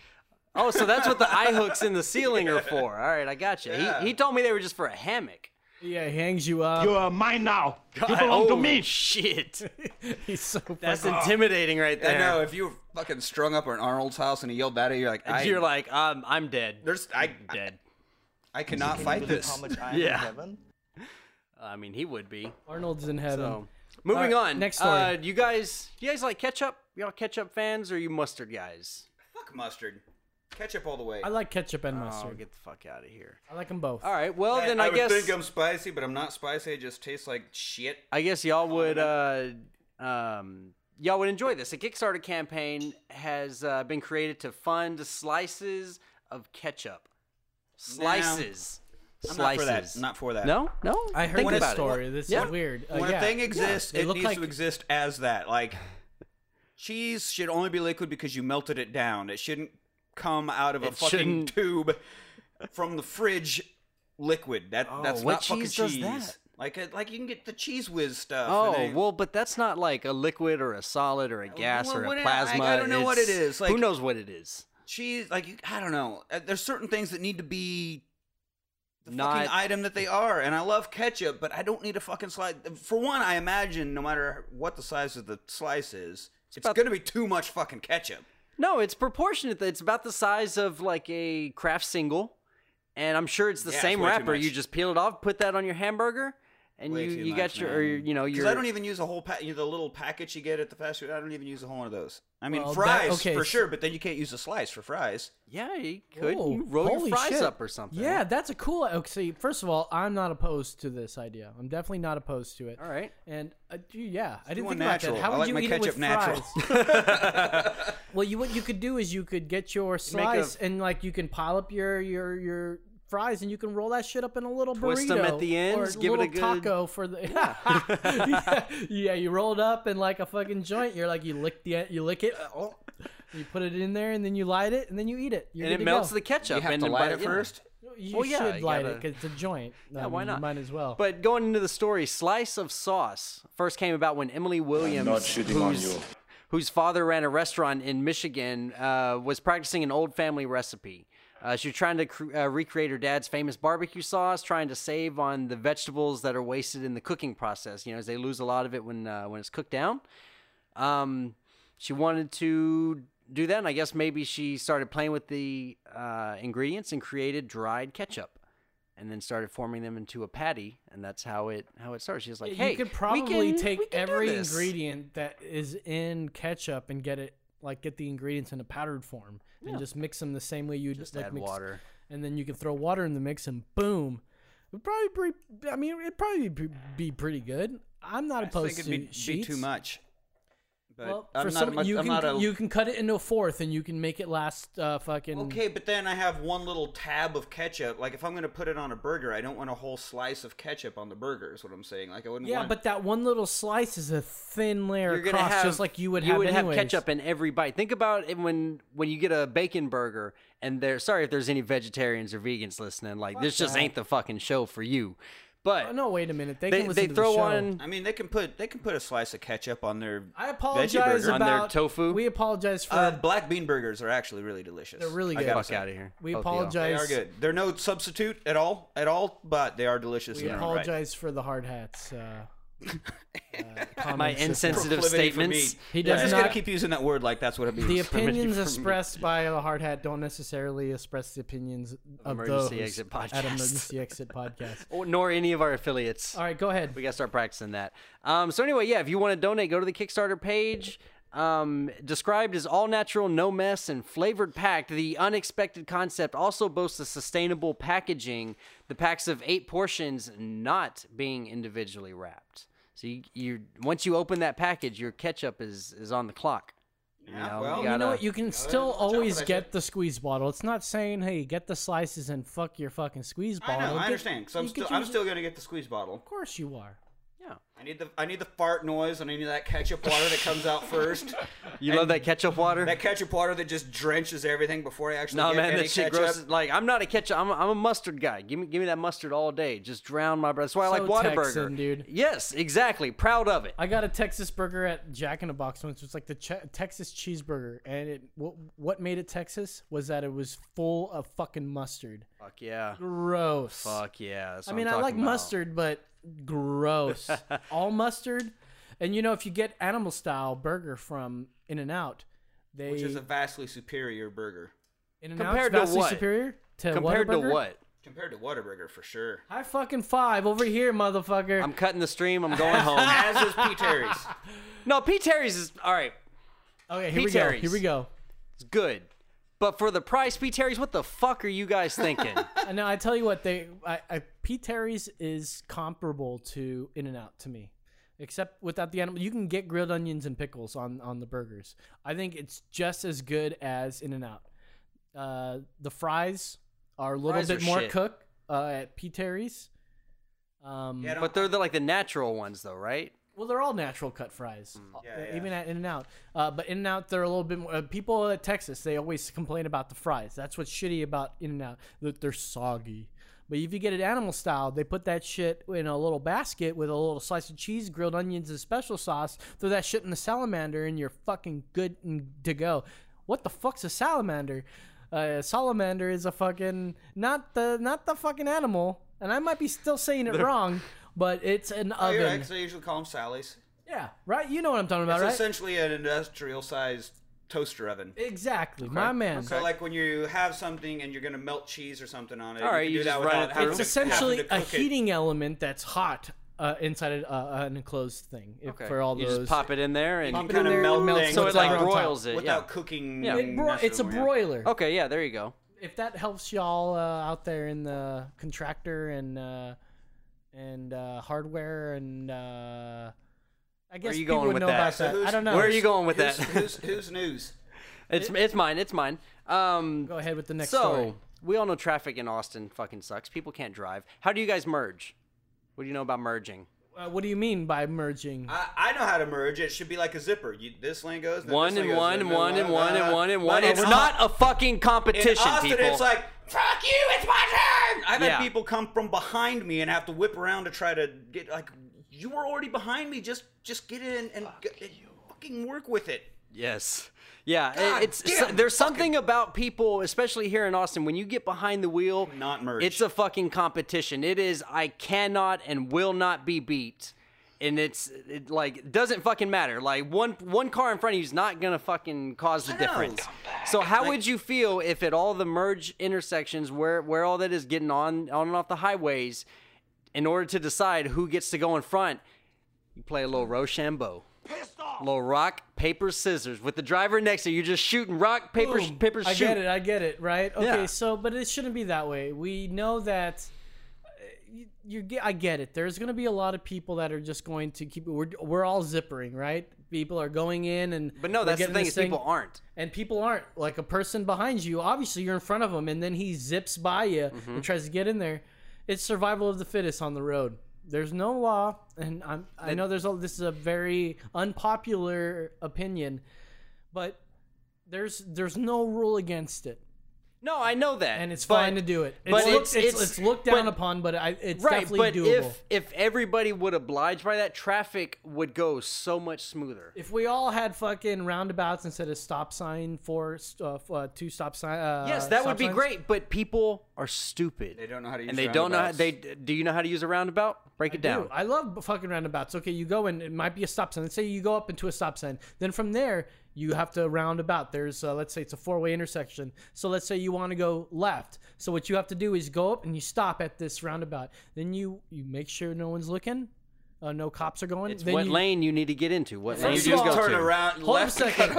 Oh, *laughs* so that's what the eye hooks in the ceiling are for. All right, I got you. Yeah. He, he told me they were just for a hammock. Yeah, he uh, hangs you up. You are mine now. you God, belong to oh, me. *laughs* Shit. *laughs* He's so That's fucking- intimidating right I there. know. If you were fucking strung up at Arnold's house and he yelled that at you, you're like, I, You're like, um, I'm dead. There's, I, am dead. I cannot fight this. *laughs* yeah. I mean, he would be. Arnold's in heaven. So, moving All right, on. Next story. Uh, you guys, you guys like ketchup? Y'all ketchup fans or you mustard guys? Fuck mustard. Ketchup all the way. I like ketchup and Oh, mustard. get the fuck out of here. I like them both. All right. Well, I, then I, I, would guess think I'm spicy, but I'm not spicy. I just taste like shit. I guess y'all would uh, um, y'all would enjoy this. A Kickstarter campaign has uh, been created to fund slices of ketchup. Slices. I'm not for slices. that. Not for that. No, no. I heard Think this about it. story. This Yeah. is weird. Uh, when yeah. a thing exists, They it look needs like- to exist as that. Like cheese should only be liquid because you melted it down. It shouldn't come out of a It fucking shouldn't- tube from the fridge liquid. That Oh, that's what not fucking cheese does cheese. that? Like it- like you can get the cheese whiz stuff. Oh and they- Uh, well, but that's not like a liquid or a solid or a gas well, or what- a I- plasma. I don't know what it It's- is, like- who knows what it is? cheese like you, I don't know. Uh, There's certain things that need to be the Not- fucking item that they are, and I love ketchup, but I don't need a fucking slice. For one, I imagine no matter what the size of the slice is, it's, going to be too much fucking ketchup. No, it's proportionate. It's about the size of like a craft single, and I'm sure it's the Yeah, it's same way too wrapper. You much. just peel it off, put that on your hamburger, and Way you too you much, got your or, your- man. you know 'Cause your. I don't even use a whole pack. You know, the little package you get at the fast food. I don't even use a whole one of those. I mean, Well, that- fries okay, for so- sure, but then you can't use a slice for fries. Yeah, you could Whoa, you roll holy your fries shit. up or something. Yeah, that's a cool. Okay, see, first of all, I'm not opposed to this idea. I'm definitely not opposed to it. All right. And uh, gee, yeah, I didn't one think natural. about that. How I would like you my eat it ketchup with natural. *laughs* fries? well, you what you could do is you could get your slice and like you can pile up your your your fries and you can roll that shit up in a little Twist burrito 'em at the ends, or give it a little good- taco for the yeah. *laughs* yeah you roll it up in like a fucking joint you're like you lick the you lick it oh, you put it in there and then you light it and then you eat it You're and good to it melts go. the ketchup. and then by- yeah. You Well, yeah, should you light it gotta- 'cause it because it's a joint. I Yeah, why mean, not? You might as well. But going into the story, slice of sauce first came about when Emily Williams, not shitting on whose- you. whose father ran a restaurant in Michigan, uh, was practicing an old family recipe. Uh, she was trying to cr- uh, recreate her dad's famous barbecue sauce, trying to save on the vegetables that are wasted in the cooking process. You know, as they lose a lot of it when uh, when it's cooked down. Um, she wanted to do that, and I guess maybe she started playing with the uh, ingredients and created dried ketchup, and then started forming them into a patty, and that's how it how it started. She was like, "Hey, you could we probably can- we take can do every this." ingredient that is in ketchup and get it like get the ingredients in a powdered form Yeah. and just mix them the same way you Just like add mix, water. and then you can throw water in the mix and boom, it'd probably be, I mean it'd probably be, be pretty good. I'm not I opposed think it'd to be, be sheets. too much. But Well, I'm for not a some, much- you I'm can not a- you can cut it into a fourth and you can make it last uh, fucking Okay, but then I have one little tab of ketchup. Like if I'm gonna put it on a burger, I don't want a whole slice of ketchup on the burger. Is what I'm saying. Like I wouldn't. Yeah, want... but that one little slice is a thin layer You're gonna across, have just like you would you have. would anyways. have ketchup in every bite. Think about it when when you get a bacon burger, and there. Sorry if there's any vegetarians or vegans listening. Like this just that. ain't the fucking show for you. But Oh, no, wait a minute. They, They- can they listen to throw the show. on- I mean, they can put they can put a slice of ketchup on their. I veggie apologize burger. about tofu. We apologize for. Uh, black bean burgers are actually really delicious. They're really I good. gotta Fuck say. outta here. we Both of y'all. They apologize. are good. They're no substitute at all, at all, but they are delicious. in We their own right. apologize for the hard hats. *laughs* Uh, uh, My comments just now. insensitive Proclivity for me. statements. He I'm does just not- gonna keep using that word like that's what it means. The opinions For me. expressed by the hard hat don't necessarily express the opinions of Emergency those Exit at Podcast. emergency exit podcast. Or- nor any of our affiliates. All right, go ahead. We gotta start practicing that. Um, so anyway, yeah, if you want to donate, go to the Kickstarter page. Um, described as all natural, no mess, and flavored packed, the unexpected concept also boasts a sustainable packaging. The packs of eight portions not being individually wrapped. So you, you once you open that package, your ketchup is is on the clock. You know, Well, you you know gotta- what? You can still always get the squeeze bottle. It's not saying, "Hey, get the slices and fuck your fucking squeeze I bottle." know, I Get- understand. Because I'm you could still, I'm use- still gonna get the squeeze bottle. Of course you are. Yeah. I need the I need the fart noise and I need that ketchup water that comes out *laughs* first. You love that ketchup water? That ketchup water that just drenches everything before I actually No get man, any that shit ketchup. grosses. Like I'm not a ketchup. I'm a, I'm a mustard guy. Give me give me that mustard all day. Just drown my breath. That's why I So like Texan, Whataburger, dude. Yes, exactly. Proud of it. I got a Texas burger at Jack in the Box once. It was like the che- Texas cheeseburger, and it what, what made it Texas was that it was full of fucking mustard. Fuck yeah. Gross. Fuck yeah. that's I what mean, I'm I like talking about. mustard, but *laughs* gross. All mustard, and you know, if you get animal style burger from In and Out, they which is a vastly superior burger. In-N-Out's vastly superior to Whataburger? Compared to Whataburger, for sure. *laughs* High fucking five over here, motherfucker. I'm cutting the stream. *laughs* I'm going home. As is Pete Terry's. No, Pete Terry's is all right. Okay, Pete here we go, Terry's. here we go. It's good, but for the price, Pete Terry's, what the fuck are you *laughs* guys thinking? I know. I tell you what, they I, I, Pete Terry's is comparable to In and Out to me, except without the animal. You can get grilled onions and pickles on on the burgers. I think it's just as good as In and Out. Uh, the fries are a little Fries are bit more shit. cooked uh, at Pete Terry's. Um, but they're the, like the natural ones, though, right? well, they're all natural cut fries, uh, even at In and Out. Uh, but In and Out, they're a little bit more. Uh, people at Texas, they always complain about the fries. That's what's shitty about In and Out. That they're soggy. But if you get it animal style, they put that shit in a little basket with a little slice of cheese, grilled onions, and special sauce. Throw that shit in the salamander, and you're fucking good and to go. What the fuck's a salamander? Uh, salamander is a fucking not the not the fucking animal, and I might be still saying it wrong, but it's an Oh, *laughs* oven. you're right, 'cause I usually call them Sally's. Yeah, right. You know what I'm talking about, it's right? essentially an industrial-sized toaster oven. Exactly, my man. So, like when you have something and you're gonna melt cheese or something on it, All right, you can you do just that run it without having It's to- essentially having to a cook it. heating element that's hot uh, inside a, uh, an enclosed thing. If, For all you those, just pop it in there and Pop it in there, melts so it whatever like on top. broils it Without yeah. cooking Yeah, It bro- it's a broiler. Okay, yeah, there you go. If that helps y'all uh, out there in the contractor and uh, and uh, hardware and uh, I guess Where are you people going would with know that? about that. I don't know. Where are you going with that? who's news? It's it's mine. It's mine. Um, Go ahead with the next so, story. we all know traffic in Austin fucking sucks. People can't drive. How do you guys merge? What do you know about merging? Uh, what do you mean by merging? I, I know how to merge. It should be like a zipper. You, this lane goes. then One this lane and goes, one and then one and one and one and But one. It's not a fucking In competition, Austin, people. it's like fuck you. It's my turn. I've Yeah. had people come from behind me and have to whip around to try to get like you were already behind me. Just just get in and, g- and fucking work with it. Yes. Yeah, it- God it's damn, so- there's something about people, especially here in Austin, when you get behind the wheel, not merge. It's a fucking competition. It is I cannot and will not be beat. And it's it, like doesn't fucking matter. Like one one car in front of you is not gonna fucking cause the difference. So how would you feel if at all the merge intersections where where all that is getting on on and off the highways, in order to decide who gets to go in front, you play a little Rochambeau. Little rock, paper, scissors. With the driver next to you, you're just shooting rock, paper, Boom. paper, shoot. I get it. I get it. Right. Okay. Yeah. So, but it shouldn't be that way. We know that. uh, You, you get. I get it. There's going to be a lot of people that are just going to keep. We're we're all zippering, right? People are going in and. But no, we're that's the getting thing this is people aren't. And people aren't like a person behind you. Obviously, you're in front of him, and then he zips by you Mm-hmm. and tries to get in there. It's survival of the fittest on the road. There's no law, and I'm, I Then- know there's a, this is a very unpopular opinion, but there's there's no rule against it, No, I know that. and it's but- fine to do it. It's but looked, it's- it's, it's, it's- looked down but- upon, but I, it's right, definitely but doable. if if everybody would oblige by that, traffic would go so much smoother. If we all had fucking roundabouts instead of stop sign four, uh, f- uh, two stop sign. Uh, yes, that stop would be signs. great. But people are stupid. They don't know how to use and they don't know. How, roundabouts. they do you know how to use a roundabout? Break it down. Dude, I love b- fucking roundabouts. Okay, you go in, it might be a stop sign. Let's say you go up into a stop sign. Then from there, you have to round about. There's, uh, let's say it's a four way intersection. So let's say you want to go left. So what you have to do is go up and you stop at this roundabout. Then you, you make sure no one's looking, uh, no cops are going. It's then what you, lane you need to get into. What First lane of do you all- go Turn to? around Hold up a second.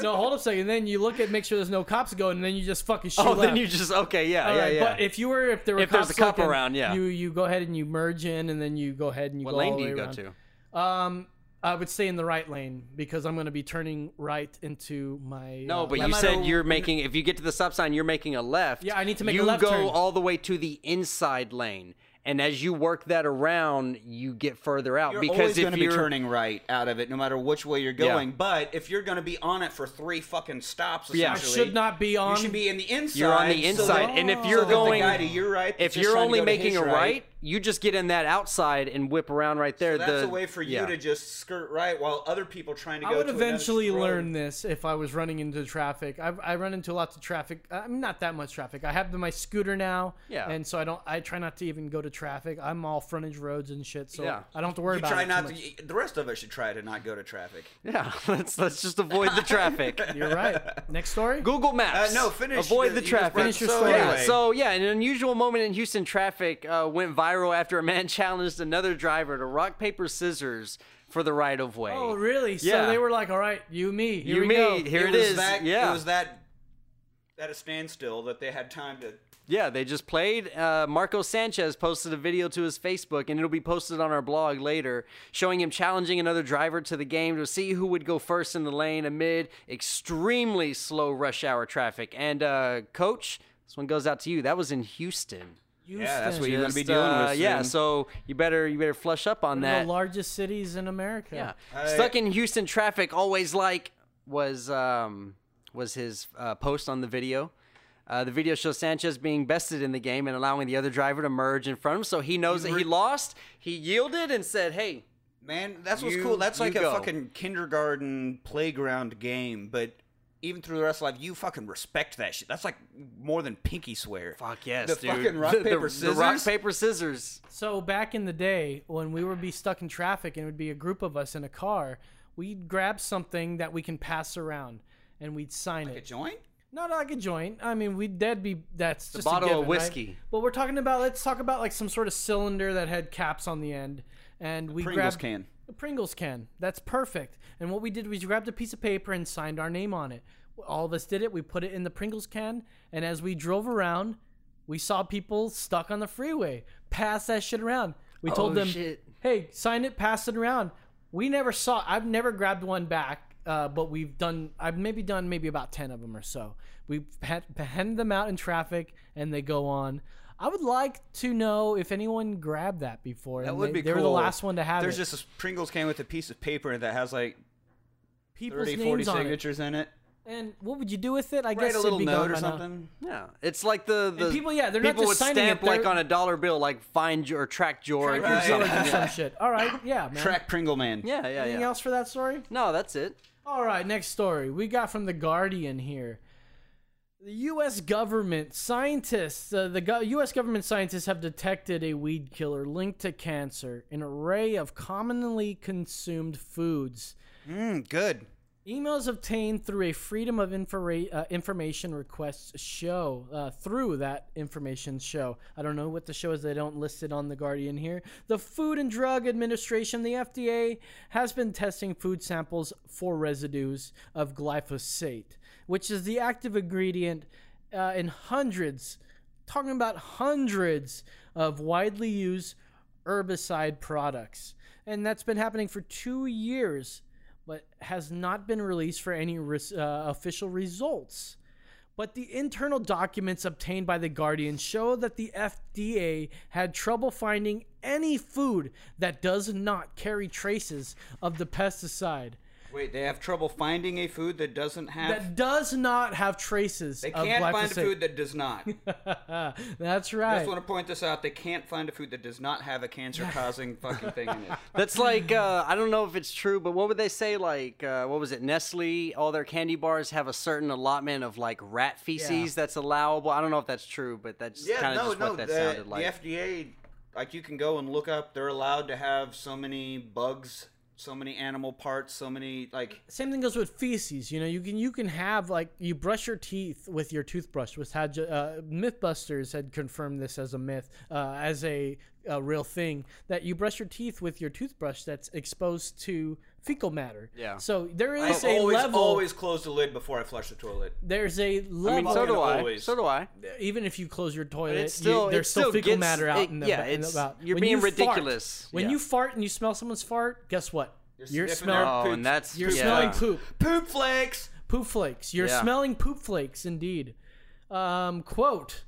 no, hold up a second. Then you look at, make sure there's no cops going, and then you just fucking shoot Oh, left. then you just okay. Yeah, All yeah, right, yeah. But if you were, if there were, If there's cops a cop looking, around, yeah. you you go ahead and you merge in, and then you go ahead and you What go lane all the do you way go around. to? Um, I would stay in the right lane because I'm going to be turning right into my. No, uh, but left. you said you're making. If you get to the stop sign, you're making a left. Yeah, I need to make a you left go turn. all the way to the inside lane, and as you work that around, you get further out You're because always if gonna *laughs* you're be turning right out of it, no matter which way you're Yeah. going. But if you're going to be on it for three fucking stops, Yeah. I should essentially, not be on- You should be in the inside. you're on the so inside, that- and if so you're that the going guy to your right, that's if just you're trying to only go to making his a right, you just get in that outside and whip around right there. So that's the, a way for you yeah. to just skirt right while other people trying to go I would to another eventually road. learn this if I was running into traffic. I, I run into lots of traffic. I'm not that much traffic. I have my scooter now, Yeah. and so I don't. I try not to even go to traffic. I'm all frontage roads and shit, so Yeah. I don't have to worry you about try it. not *laughs* too much. to, the rest of us should try to not go to traffic *laughs* Yeah, let's let's just avoid *laughs* the traffic. You're right. Next story. Google Maps. Uh, no, finish Avoid the- you the just traffic. brought- Finish your so story. Yeah, anyway. so yeah, an unusual moment in Houston traffic uh, went viral after a man *laughs* challenged another driver to rock paper scissors for the right of way. Oh, really? Yeah. So they were like, "All right, you me, here You, we me, go." here it was is. That, Yeah. it was that at a standstill that they had time to. Yeah, they just played. Uh, Marco Sanchez posted a video to his Facebook, and it'll be posted on our blog later, showing him challenging another driver to the game to see who would go first in the lane amid extremely slow rush hour traffic. And uh, coach, this one goes out to you. That was in Houston. Yeah, that's what you're gonna be Just, dealing with uh, Yeah, soon. so you better you better flush up uh, on One of that. the largest cities in America. Yeah. Stuck in Houston traffic, always like was um was his uh, post on the video. Uh, the video shows Sanchez being bested in the game and allowing the other driver to merge in front of him, so he knows that he lost. He yielded and said, "Hey, man, That's what's you- cool. That's you like a go." fucking kindergarten playground game, but. Even through the rest of life, you fucking respect that shit. That's like more than pinky swear. Fuck yes, the dude. fucking rock *laughs* The- the- paper the scissors. rock, paper, scissors. So back in the day, when we would be stuck in traffic and it would be a group of us in a car, we'd grab something that we can pass around and we'd sign it. A joint? Not like a joint. I mean, we'd that'd be that's The just bottle a of given, right? whiskey. But we're talking about let's talk about like some sort of cylinder that had caps on the end, and we Pringles grabbed can. a Pringles can. That's perfect. And what we did was we grabbed a piece of paper and signed our name on it. All of us did it. We put it in the Pringles can, and as we drove around, we saw people stuck on the freeway. Pass that shit around. We told Oh, them, shit. "Hey, sign it, pass it around." We never saw. I've never grabbed one back, uh, but we've done. I've maybe done maybe about ten of them or so. We had hand them out in traffic, and they go on. I would like to know if anyone grabbed that before. That and would they, be They cool. were the last one to have There's it. just a Pringles can with a piece of paper that has like People's 30, names 40 on it. signatures in it. And what would you do with it? I Write guess a little it'd be note gone or by now. something. Yeah, it's like the, the people, yeah, they're not people just would signing it, stamp like they're- on a dollar bill, like find your or track George, Track or your something. *laughs* George or some shit. All right, yeah, man. Track Pringle Man. Yeah, yeah, Anything yeah. else for that story? No, that's it. All right, next story. We got from The Guardian here. The U.S. government scientists, uh, the go- U.S. government scientists have detected a weed killer linked to cancer in an array of commonly consumed foods. Mm, good. Emails obtained through a Freedom of Infora- uh, Information request show, uh, through that information show. I don't know what the show is, they don't list it on The Guardian here. The Food and Drug Administration, the FDA, has been testing food samples for residues of glyphosate, which is the active ingredient uh, in hundreds, talking about hundreds of widely used herbicide products. And that's been happening for two years, but has not been released for any res- uh, official results. But the internal documents obtained by The Guardian show that the FDA had trouble finding any food that does not carry traces of the pesticide. Wait, they have trouble finding a food that doesn't have. That does not have traces they of can't glyphosate. Ah, find a food that does *laughs* not. That's I right. just want to point this out. They can't find a food that does not have a cancer-causing fucking thing in *laughs* it. That's like uh, I don't know if it's true, but what would they say? Like uh, what was it? Nestle, all their candy bars have a certain allotment of like rat feces Yeah. that's allowable. I don't know if that's true, but that's Yeah, kind of no, just no. what that the, sounded like. the FDA, like you can go and look up. They're allowed to have so many bugs, so many animal parts, so many like. same thing goes with feces. You know, you can you can have like you brush your teeth with your toothbrush. Was had uh, MythBusters had confirmed this as a myth, uh, as a, a real thing that you brush your teeth with your toothbrush that's exposed to fecal matter. Yeah. So there is I a always, level. always close the lid before I flush the toilet. there's a level. so do I. Always. So do I. Even if you close your toilet, it's you- still- there's it still still fecal gets- matter out it- in the yeah, in the- it's- about. you're when being you fart- ridiculous. when Yeah. you fart and you smell someone's fart, guess what? You're, sniffing smelling. their Oh, and poops. that's- you're yeah. smelling poop. Poop flakes. Poop flakes. You're Yeah. smelling poop flakes, indeed. Um, quote,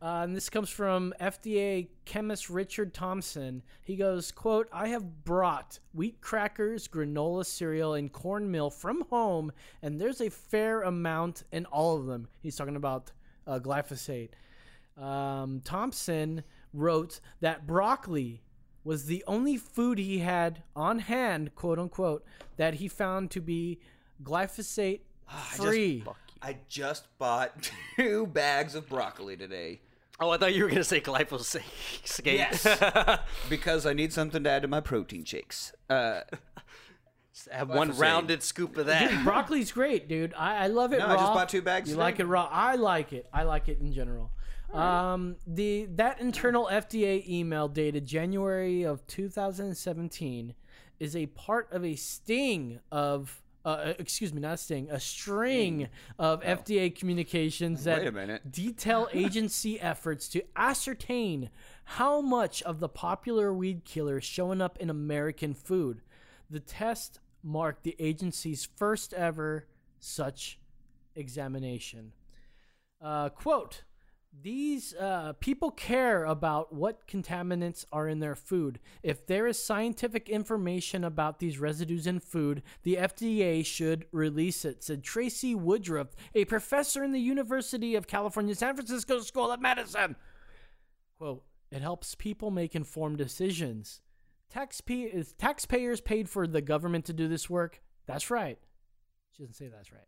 uh, and this comes from FDA chemist Richard Thompson. He goes, quote, I have brought wheat crackers, granola cereal, and cornmeal from home, and there's a fair amount in all of them. He's talking about uh, glyphosate. Um, Thompson wrote that broccoli was the only food he had on hand, quote unquote, that he found to be glyphosate free. I just bought *laughs* two bags of broccoli today. Oh, I thought you were going to say glyphosate. *laughs* Yes, *laughs* because I need something to add to my protein shakes. Uh, have one rounded scoop of that. *laughs* Dude, *laughs* broccoli's great, dude. I, I love it No, raw. I just bought two bags You today. like it raw? I like it. I like it in general. Um, the that internal FDA email dated January of 2017 is a part of a sting of. Uh, excuse me, not a sting, a string of FDA communications that Oh. Wait a minute. *laughs* detail agency efforts to ascertain how much of the popular weed killer is showing up in American food. The test marked the agency's first ever such examination. Uh, quote These uh, people care about what contaminants are in their food. If there is scientific information about these residues in food, the FDA should release it, said Tracy Woodruff, a professor in the University of California, San Francisco School of Medicine. Quote It helps people make informed decisions. Taxpay- is taxpayers paid for the government to do this work. That's right. She doesn't say that's right.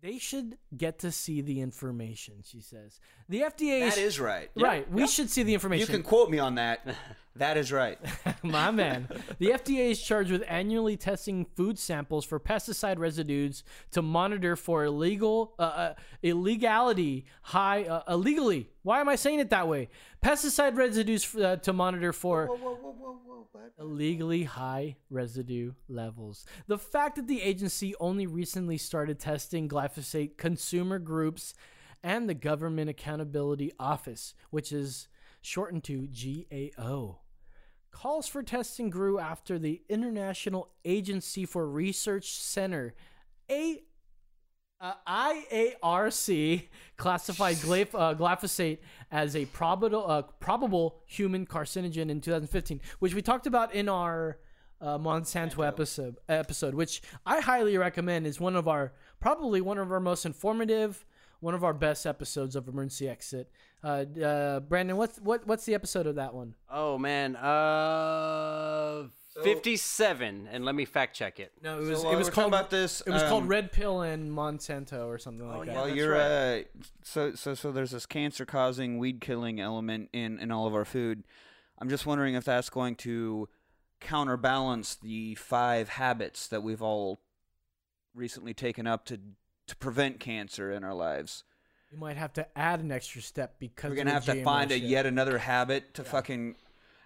They should get to see the information, she says. The FDA That is right. Right. Yep. We Yep. should see the you information. can quote me on that. That is right. *laughs* My man. The FDA is charged with annually testing food samples for pesticide residues to monitor for illegal uh, uh, illegality high uh, illegally. Why am I saying it that way? Pesticide residues f- uh, to monitor for illegally high residue levels. The fact that the agency only recently started testing glyphosate consumer groups and the Government Accountability Office, which is shortened to GAO. Calls for testing grew after the International Agency for Research Center, A- uh, IARC, classified *laughs* glyph- uh, glyphosate as a probable, uh, probable human carcinogen in 2015, which we talked about in our uh, Monsanto episode, episode, which I highly recommend is one of our, probably one of our most informative, one of our best episodes of Emergency Exit. Uh, d- uh, Brandon, what's, what, what's the episode of that one? Oh man, uh, fifty-seven, and let me fact check it. No, it was while it was we're talking called about this, It was called um, Red Pill and Monsanto or something Oh, like that. well, you're uh, so so so. There's this cancer-causing, weed-killing element in in all of our food. I'm just wondering if that's going to counterbalance the five habits that we've all recently taken up to to prevent cancer in our lives. You might have to add an extra step because We're gonna of have the to GMO find a shit. yet another habit to fucking.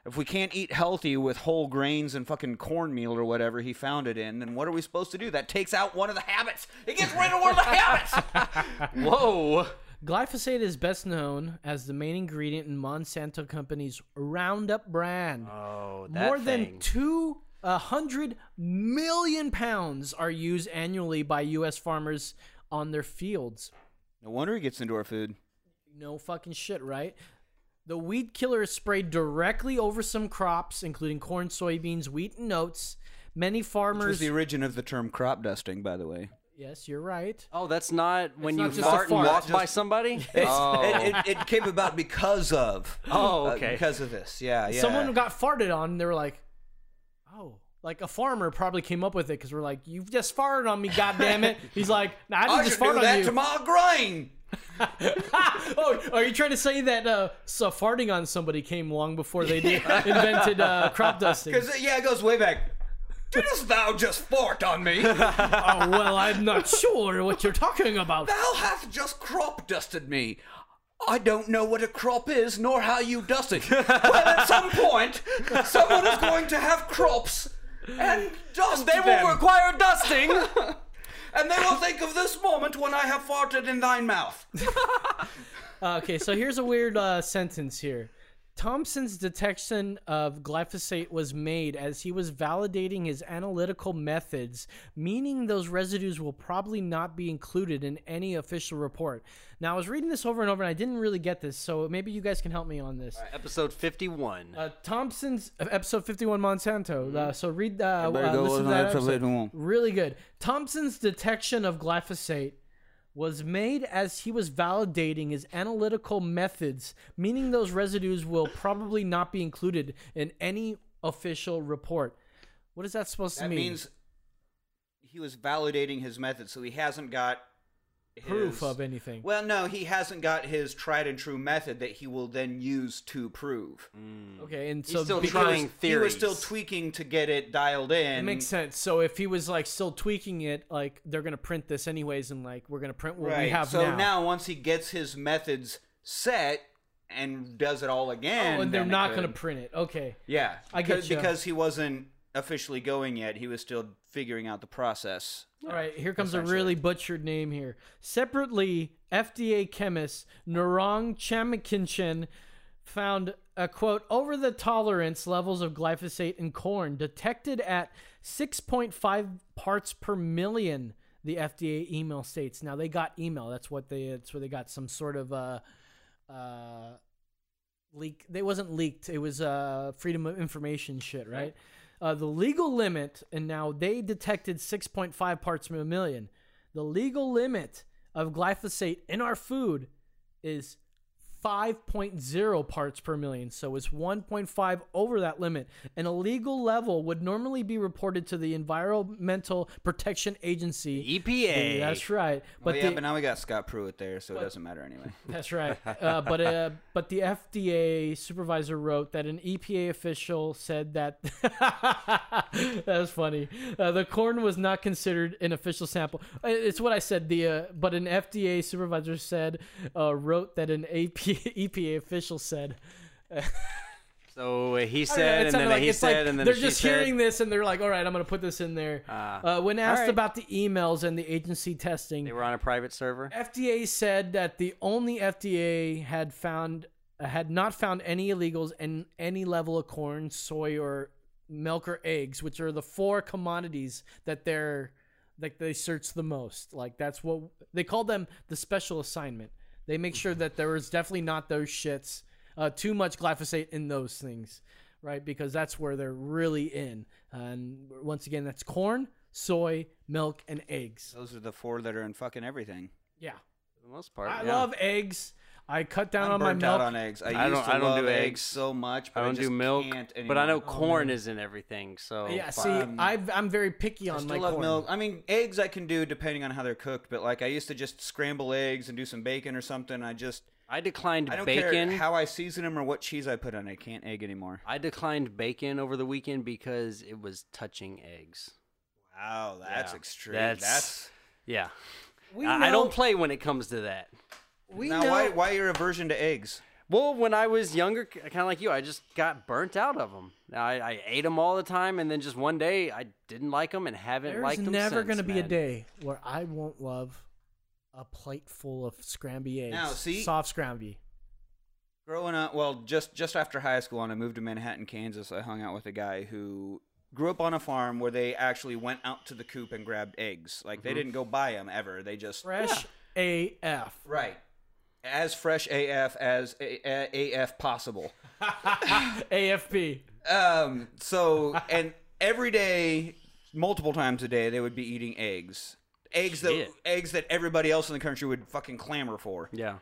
If we can't eat healthy with whole grains and fucking cornmeal or whatever he found it in, then what are we supposed to do? That takes out one of the habits. It gets rid of one of the habits. *laughs* Whoa. Glyphosate is best known as the main ingredient in Monsanto Company's Roundup brand. Oh, that More thing. than two hundred million pounds are used annually by U.S. farmers on their fields. No wonder he gets into our food. No fucking shit, right? The weed killer is sprayed directly over some crops, including corn, soybeans, wheat, and oats. Many Which was farmers. the origin of the term crop dusting, by the way. yes, you're right. Oh, that's not when not you just a fart and fart. walk Just- *laughs* by somebody. It's- oh. *laughs* it, it, it came about because of. Oh, uh, okay. because of this, yeah, yeah. Someone got farted on, and they were like, "Oh." Like a farmer probably came up with it because we're like, "You've just farted on me, goddamn *laughs* it!" He's like, "Nah, "I didn't I just should fart do on that you." to my grain. *laughs* oh, are you trying to say that uh, so farting on somebody came long before *laughs* they did, invented uh, crop dusting? Because yeah, it goes way back. Didst thou just fart on me? Thou oh well, I'm not sure what you're talking about. hath just crop dusted me. I don't know what a crop is, nor how you dust it. well, at some point, someone is going to have crops and dust They them. will require dusting. *laughs* and they will think of this moment when I have farted in thine mouth. Uh, okay, so here's a weird uh, sentence here. Thompson's detection of glyphosate was made as he was validating his analytical methods, meaning those residues will probably not be included in any official report. Now, I was reading this over and over and I didn't really get this, so maybe you guys can help me on this. Episode fifty-one. Uh, Thompson's uh, episode 51 Monsanto. Uh, so read uh, Everybody uh, go listen listen to to that episode episode. 51. Really good. Thompson's detection of glyphosate was made as he was validating his analytical methods, meaning those residues will probably not be included in any official report. What is that supposed That to mean? means he was validating his method, so he hasn't got his, Proof of anything. Well, no, he hasn't got his tried and true method that he will then use to prove. Mm. Okay, and so Because He was still tweaking to get it dialed in. It makes sense. So if he was like still tweaking it, like they're gonna print this anyways, and like we're gonna print what right. we have so now. once he gets his methods set and does it all again, oh, and they're then it not could- gonna print it. Okay. Yeah, I because- get you. because he wasn't officially going yet. He was still figuring out the process. All right, here comes a really butchered name here. Separately, FDA chemist Narong Chamakinchen found a quote over the tolerance levels of glyphosate in corn detected at 6.5 parts per million. The FDA email states. Now they got email. That's what they. That's where they got some sort of uh, uh, leak. They wasn't leaked. It was uh, freedom of information shit, right? Uh, the legal limit, and now they detected 6.5 parts per million. The legal limit of glyphosate in our food is 5.0 parts per million, so it's 1.5 over that limit. An illegal level would normally be reported to the Environmental Protection E Agency, EPA. That's right. well, But Oh, yeah, the- but now we got Scott Pruitt there, so it doesn't matter anyway. That's right. Uh, but uh, but the FDA supervisor wrote that an EPA official said that *laughs* that was funny. Uh, the corn was not considered an official sample. Uh, It's what I said. The uh, but an FDA supervisor said uh, wrote that an AP, *laughs* EPA official said. So uh, he I don't know, said, it and sounded then like- he it's like said, and then they're she just said, hearing this and they're like, "All right, I'm going to put this in there." Ah. uh, when All asked right. about the emails and the agency testing, They were on a private server. FDA said that the only FDA had found uh, had not found any illegals in any level of corn, soy, or milk or eggs, which are the four commodities that they're like they search the most. Like that's what they call them the special assignment. They make sure that there is definitely not those shits, uh, too much glyphosate in those things, right? Because that's where they're really in. And once again, that's corn, soy, milk, and eggs. Those are the four that are in fucking everything. Yeah. For the most part. I yeah. love eggs. I cut down I'm on my burnt milk. out on eggs. I, used don't, to I don't love do eggs, eggs, so much, but I I don't do just milk. can't But I know anymore. Oh, corn man. is in everything. So yeah, fuck. see, I've, I'm very picky I on my still love corn. milk. I mean, eggs I can do depending on how they're cooked, but like I used to just scramble eggs and do some bacon or something. I just I declined I don't bacon. care how I season them or what cheese I put on. it. I can't egg anymore. I declined bacon over the weekend because it was touching eggs. Wow, that's Yeah. extreme. That's, That's, yeah. We I, I know- don't play when it comes to that. we now know. why why your aversion to eggs? Well, when I was younger, kind of like you, I just got burnt out of them. I, I ate them all the time, and then just one day I didn't like them and haven't There's liked them never since, gonna be a man. day where I won't love a plate full of scramby eggs. Now, see- soft scramby. Growing up, well, just just after high school, and I moved to Manhattan, Kansas. I hung out with a guy who grew up on a farm where they actually went out to the coop and grabbed eggs. Like Mm-hmm. they Mhm. didn't go buy them ever. They just Fresh AF. right, as fresh AF as a- a- AF possible. AFP. Um. So and every day, multiple times a day, they would be eating eggs. Eggs that Shit. eggs that everybody else in the country would fucking clamor for. Yeah.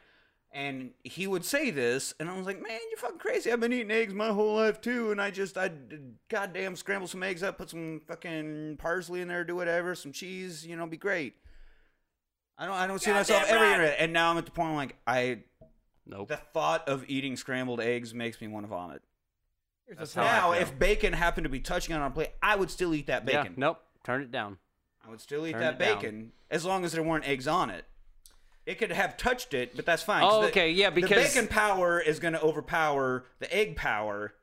And he would say this, and I was like, "Man, you're fucking crazy. I've been eating eggs my whole life too, and I just I d- goddamn scramble some eggs up, put some fucking parsley in there, do whatever, some cheese, you know, be great." I don't I don't see myself Goddamn ever right. eating it. And now I'm at the point I'm like I. Nope. The thought of eating scrambled eggs makes me want to vomit. Here's That's the how I Now, feel. if bacon happened to be touching on our plate, I would still eat that Yeah, bacon. nope. Turn it down. I would still eat Turn that it down. bacon as long as there weren't eggs on it. It could have touched it, but that's fine. 'cause Oh, the- okay, yeah, the because- bacon power is going to overpower the egg power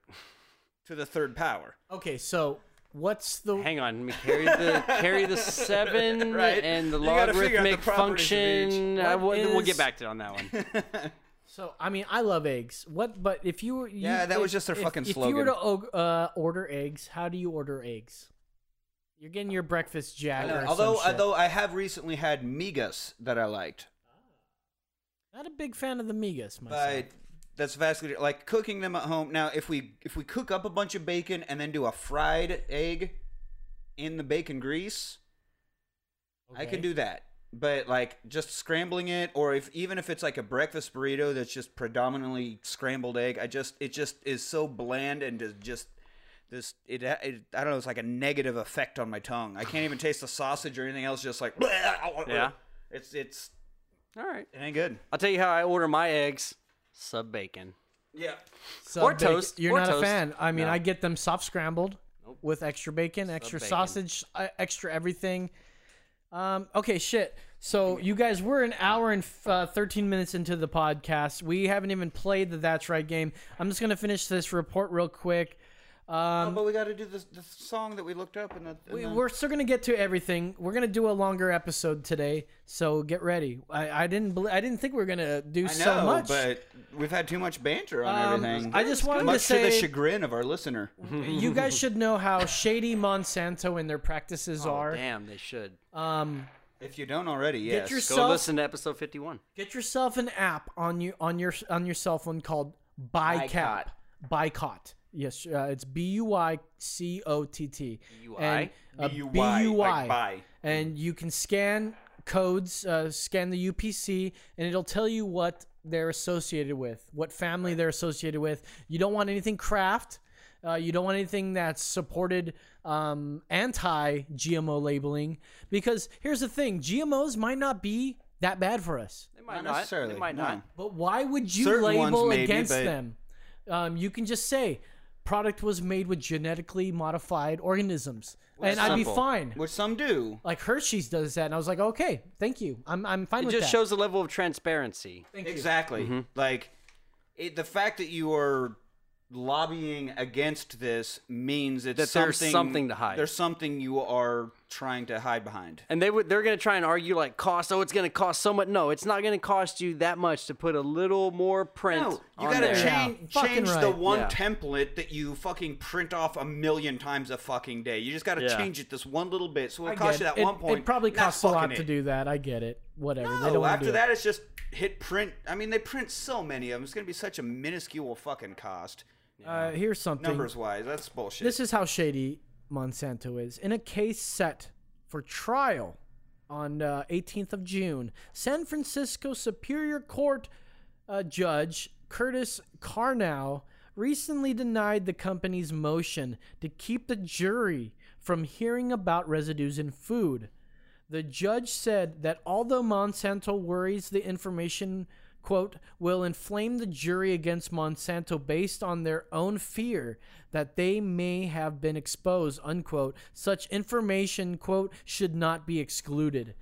to the third power. *laughs* Okay, so what's the? Hang on, let me carry *laughs* the carry the seven Right. and the You gotta figure out the logarithmic properties of each. function. I, What we'll, we'll is- get back to it on that one. So I mean, I love eggs. What? But if you, you Yeah, that if- was just their if- fucking If you slogan. were to og- uh, order eggs, how do you order eggs? You're getting your breakfast jack. I know, or some although, shit. although I have recently had migas that I liked, Not a big fan of the migas myself. but that's vastly like cooking them at home. Now, if we if we cook up a bunch of bacon and then do a fried egg in the bacon grease, I Okay. can do that. but like just scrambling it or if even if it's like a breakfast burrito that's just predominantly scrambled egg i just it just is so bland and is just this it, it i don't know it's like a negative effect on my tongue i can't even taste the sausage or anything else just like Yeah. *laughs* it's it's all right it ain't good I'll tell you how I order my eggs: sub bacon. yeah Sub Or bacon- toast, You're or not a toast. fan. I mean, No. I get them soft scrambled with extra bacon, extra bacon. sausage, uh, extra everything. Um, okay, shit. So you guys, we're an hour and uh, 13 minutes into the podcast. We haven't even played the That's Right game. I'm just gonna finish this report real quick. Um, oh, but we got to do this the song that we looked up in the, in we, the- we're still gonna get to everything. We're gonna do a longer episode today, so get ready. I, I didn't bel I didn't think we were gonna do I know, so much. but we've had too much banter on Um, everything. I just wanted to much to the say- Mm-hmm. chagrin of our listener. you guys should know how shady Monsanto and their practices are. Damn, they should. Um, if you don't already, Get yes, Go yourself- listen to episode fifty-one. get yourself an app on you on your on your cell phone called ByCap. Boycott. Yes, uh, it's B U Y C O T T. B-U-I? And, uh, B-U-Y, B-U-I. like buy. And you can scan codes, uh, scan the UPC, and it'll tell you what they're associated with, what family they're associated with. You don't want anything craft. Uh, you don't want anything that's supported um, anti GMO labeling. Because here's the thing GMOs might not be that bad for us. They might not. Necessarily. They might No. not. But why would you Certain ones label maybe, against but- them? Um, you can just say product was made with genetically modified organisms, Which is and I'd be simple. fine. Which some do. Like Hershey's does that, and I was like, okay, thank you, I'm I'm fine It with just that. shows the level of transparency. Exactly. Mm-hmm. Like it, the fact that you are lobbying against this means it's That something, there's something to hide. There's something you are trying to hide behind. And they would they're gonna try and argue like cost. Oh, it's gonna cost so much. No, it's not gonna cost you that much to put a little more print. No, you on gotta there. change, Yeah. change the one Yeah. template that you fucking print off a million times a fucking day. You just gotta Yeah. change it this one little bit, so I it costs you get that it. one It- point. It probably and that's costs a lot fucking to it. do that. I get it. Whatever. they don't No, wanna do after it. that, it's just hit print. I mean, they print so many of them. It's going to be such a minuscule fucking cost. Uh, here's something. Numbers wise, that's bullshit. This is how shady Monsanto is. In a case set for trial on uh, 18th of June, San Francisco Superior Court uh, Judge Curtis Carnow recently denied the company's motion to keep the jury from hearing about residues in food. The judge said that although Monsanto worries the information, quote, will inflame the jury against Monsanto based on their own fear that they may have been exposed, unquote, such information, quote, should not be excluded.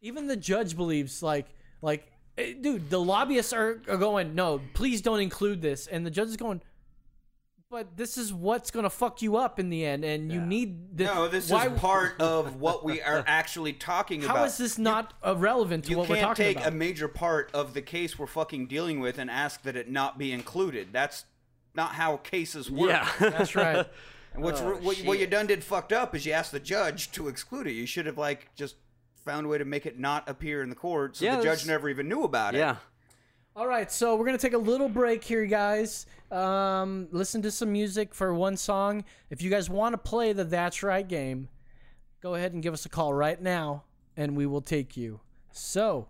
Even the judge believes, like, like, eh, dude, the lobbyists are, are going, no, please don't include this. And the judge is going, but this is what's going to fuck you up in the end. And you need this. no, this why- is *laughs* part of what we are actually talking about. how is this not uh, relevant to You what we're can't talking take about? a major part of the case we're fucking dealing with and ask that it not be included. That's not how cases work. Yeah. *laughs* That's right. And what's Oh, what, what you shit. done did fucked up is you asked the judge to exclude it. You should have like just found a way to make it not appear in the court so Yeah, the that's- judge never even knew about it. Yeah. *laughs* All right, so we're gonna take a little break here, guys. Um, listen to some music for one song. If you guys want to play the That's Right game, go ahead and give us a call right now, and we will take you. *laughs* So,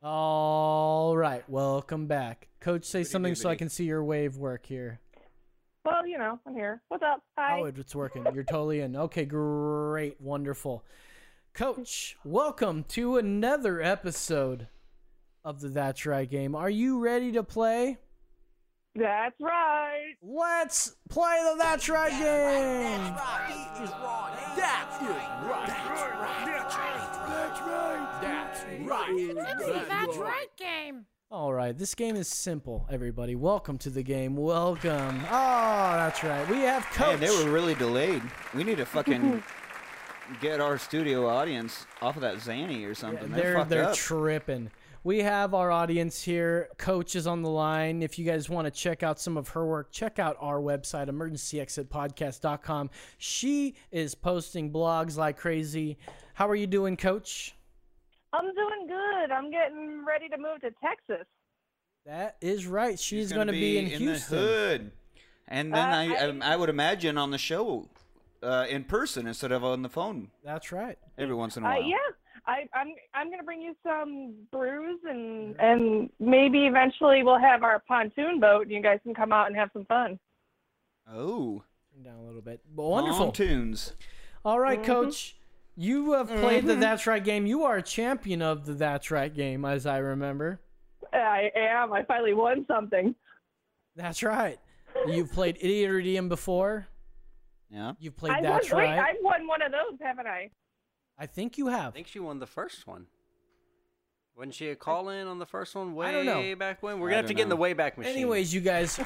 all right, welcome back, Coach. Say something so I can see your wave work here. Well, you know, I'm here. What's up? Hi. Oh, it- it's working. You're totally in. Okay, great, wonderful. Coach, welcome to another episode of the That's Right game. Are you ready to play? That's right. Let's play the That's Right game. That's right. That's right. That's right. That's right. That's right. game. All right, this game is simple, everybody. Welcome to the game. Welcome. Oh, that's right. We have Man, Coach. they were really delayed. We need to *laughs* fucking get our studio audience off of that Zanny or something. they're fucked they're up. tripping. We have our audience here. Coach is on the line. If you guys want to check out some of her work, check out our website, emergencyexitpodcast.com. She is posting blogs like crazy. How are you doing, Coach? I'm doing good. I'm getting ready to move to Texas. That is right. She's, It's going to be in, the Houston. hood. And then um, Uh, I, I, I would imagine on the show uh, in person instead of on the phone That's right. every once in a Uh, while. yeah, I, I'm I'm gonna bring you some brews and and maybe eventually we'll have our pontoon boat and you guys can come out and have some fun. Oh. Down a little bit. Well, wonderful. tunes. All right, Mhm. coach. You have played the Mhm. That's Right game. You are a champion of the That's Right game, as I remember. I am. I finally won something. That's right. You've played Idiot or Idiom before. Yeah. You've played I That's won, Right. Wait, I've won one of those, haven't I? I think you have. I think she won the first one. Wasn't she a call in on the first one way I don't know. back I when? We're gonna have don't to get in the know. way back machine. Anyways, you *laughs* guys,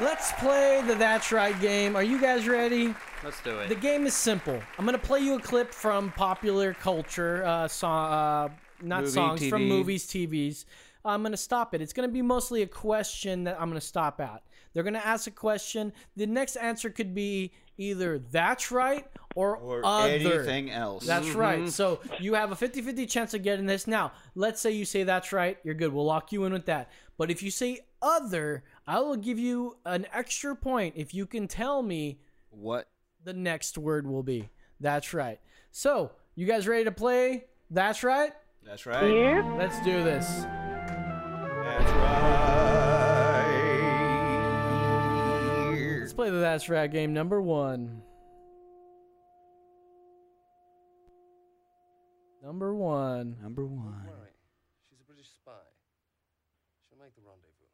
let's play the That's Right game. Are you guys ready? let's do The game is simple. I'm gonna play you a clip from popular culture, uh, song, uh, not Movie, songs TV. from movies, TVs. I'm gonna stop it. It's gonna be mostly a question that I'm gonna stop at. They're gonna ask a question. The next answer could be either that's right or, Or other. anything else. That's Mhm. right. So you have a 50-50 chance of getting this. Now, let's say you say that's right, you're good. We'll lock you in with that. But if you say other, I will give you an extra point if you can tell me what the next word will be. That's right. So, you guys ready to play? That's right. That's right. Yeah. Let's do this. That's right. Let's play the That's Right game number one. Number one. Number one. She's a British spy. She'll make the rendezvous.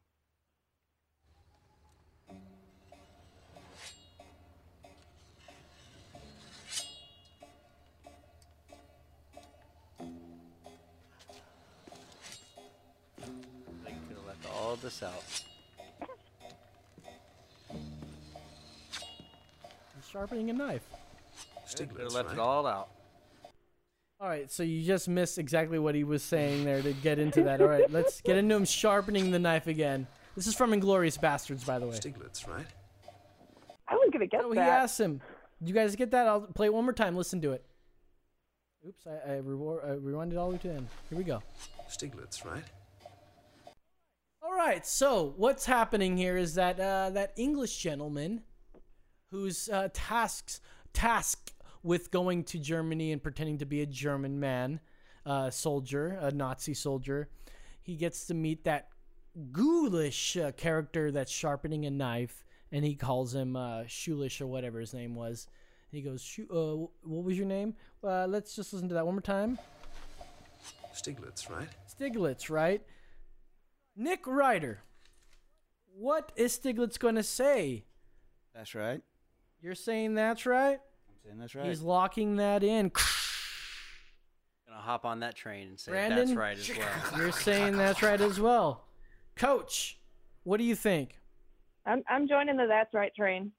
They could have left all this out. Sharpening a knife. They could have left it all out. All right, so you just missed exactly what he was saying there to get into that. All right, let's get into him sharpening the knife again. This is from Inglorious Bastards, by the way. Stiglitz, right? I was gonna get So he that. asked him, "Do you guys get that? I'll play it one more time. Listen to it." Oops, I, I, rewar- I rewinded all the way to the end. Here we go. Stiglitz, right? All right, so what's happening here is that uh, that English gentleman, who's uh, tasks tasked with going to Germany and pretending to be a German man, uh, soldier, a Nazi soldier, he gets to meet that ghoulish uh, character that's sharpening a knife, and he calls him uh, Shulish or whatever his name was. And he goes, "Shu- uh, wh- "What was your name?" Uh, let's just listen to that one more time. Stiglitz, right? Stiglitz, right? Nick Ryder. What is Stiglitz going to say? That's right. You're saying that's right? Saying that's right. He's locking that in. Gonna hop on that train and say Brandon, that's right as well. You're saying that's right as well. Coach, what do you think? I'm I'm joining the That's Right train.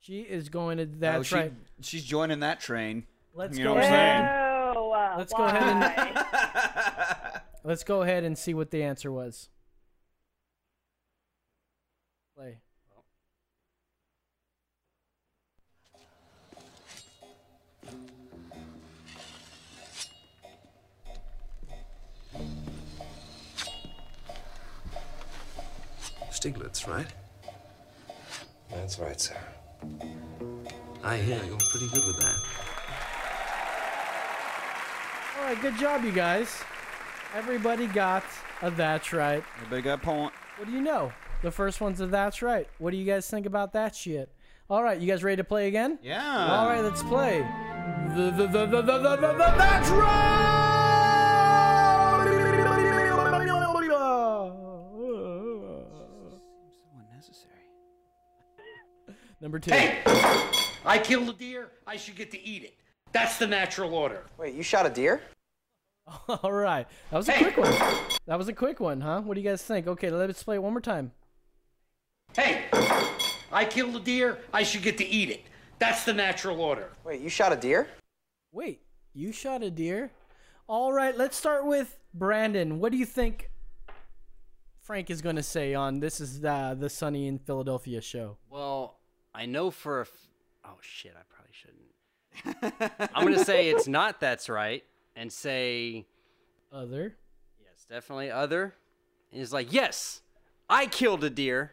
She is going to No, that's Oh, she- right. She's joining that *laughs* train. Let's you go know what I'm ahead. saying? Oh, uh, Let's go ahead and- why? *laughs* Let's go ahead and see what the answer was. Play. Stiglitz, right? That's right, sir. I hear you're pretty good with that. All right, good job, you guys. Everybody got a that's right. Everybody got a point. What do you know? The first one's a that's right. What do you guys think about that shit? All right, you guys ready to play again? Yeah. All right, let's play. The, the, the, the, the, the, the, the- that's right! Number two. Hey! I killed a deer. I should get to eat it. That's the natural order. Wait, you shot a deer? *laughs* All right, that was a quick one. That was a quick one, huh? What do you guys think? Okay, let's play it one more time. Hey! I killed a deer. I should get to eat it. That's the natural order. Wait, you shot a deer? Wait, you shot a deer? All right, let's start with Brandon. What do you think Frank is going to say on this is the the Sunny in Philadelphia show? Well, I know for a f- oh shit, I probably shouldn't. I'm *laughs* gonna say it's not that's right and say Other. yes, definitely other. And he's like, yes, I killed a deer.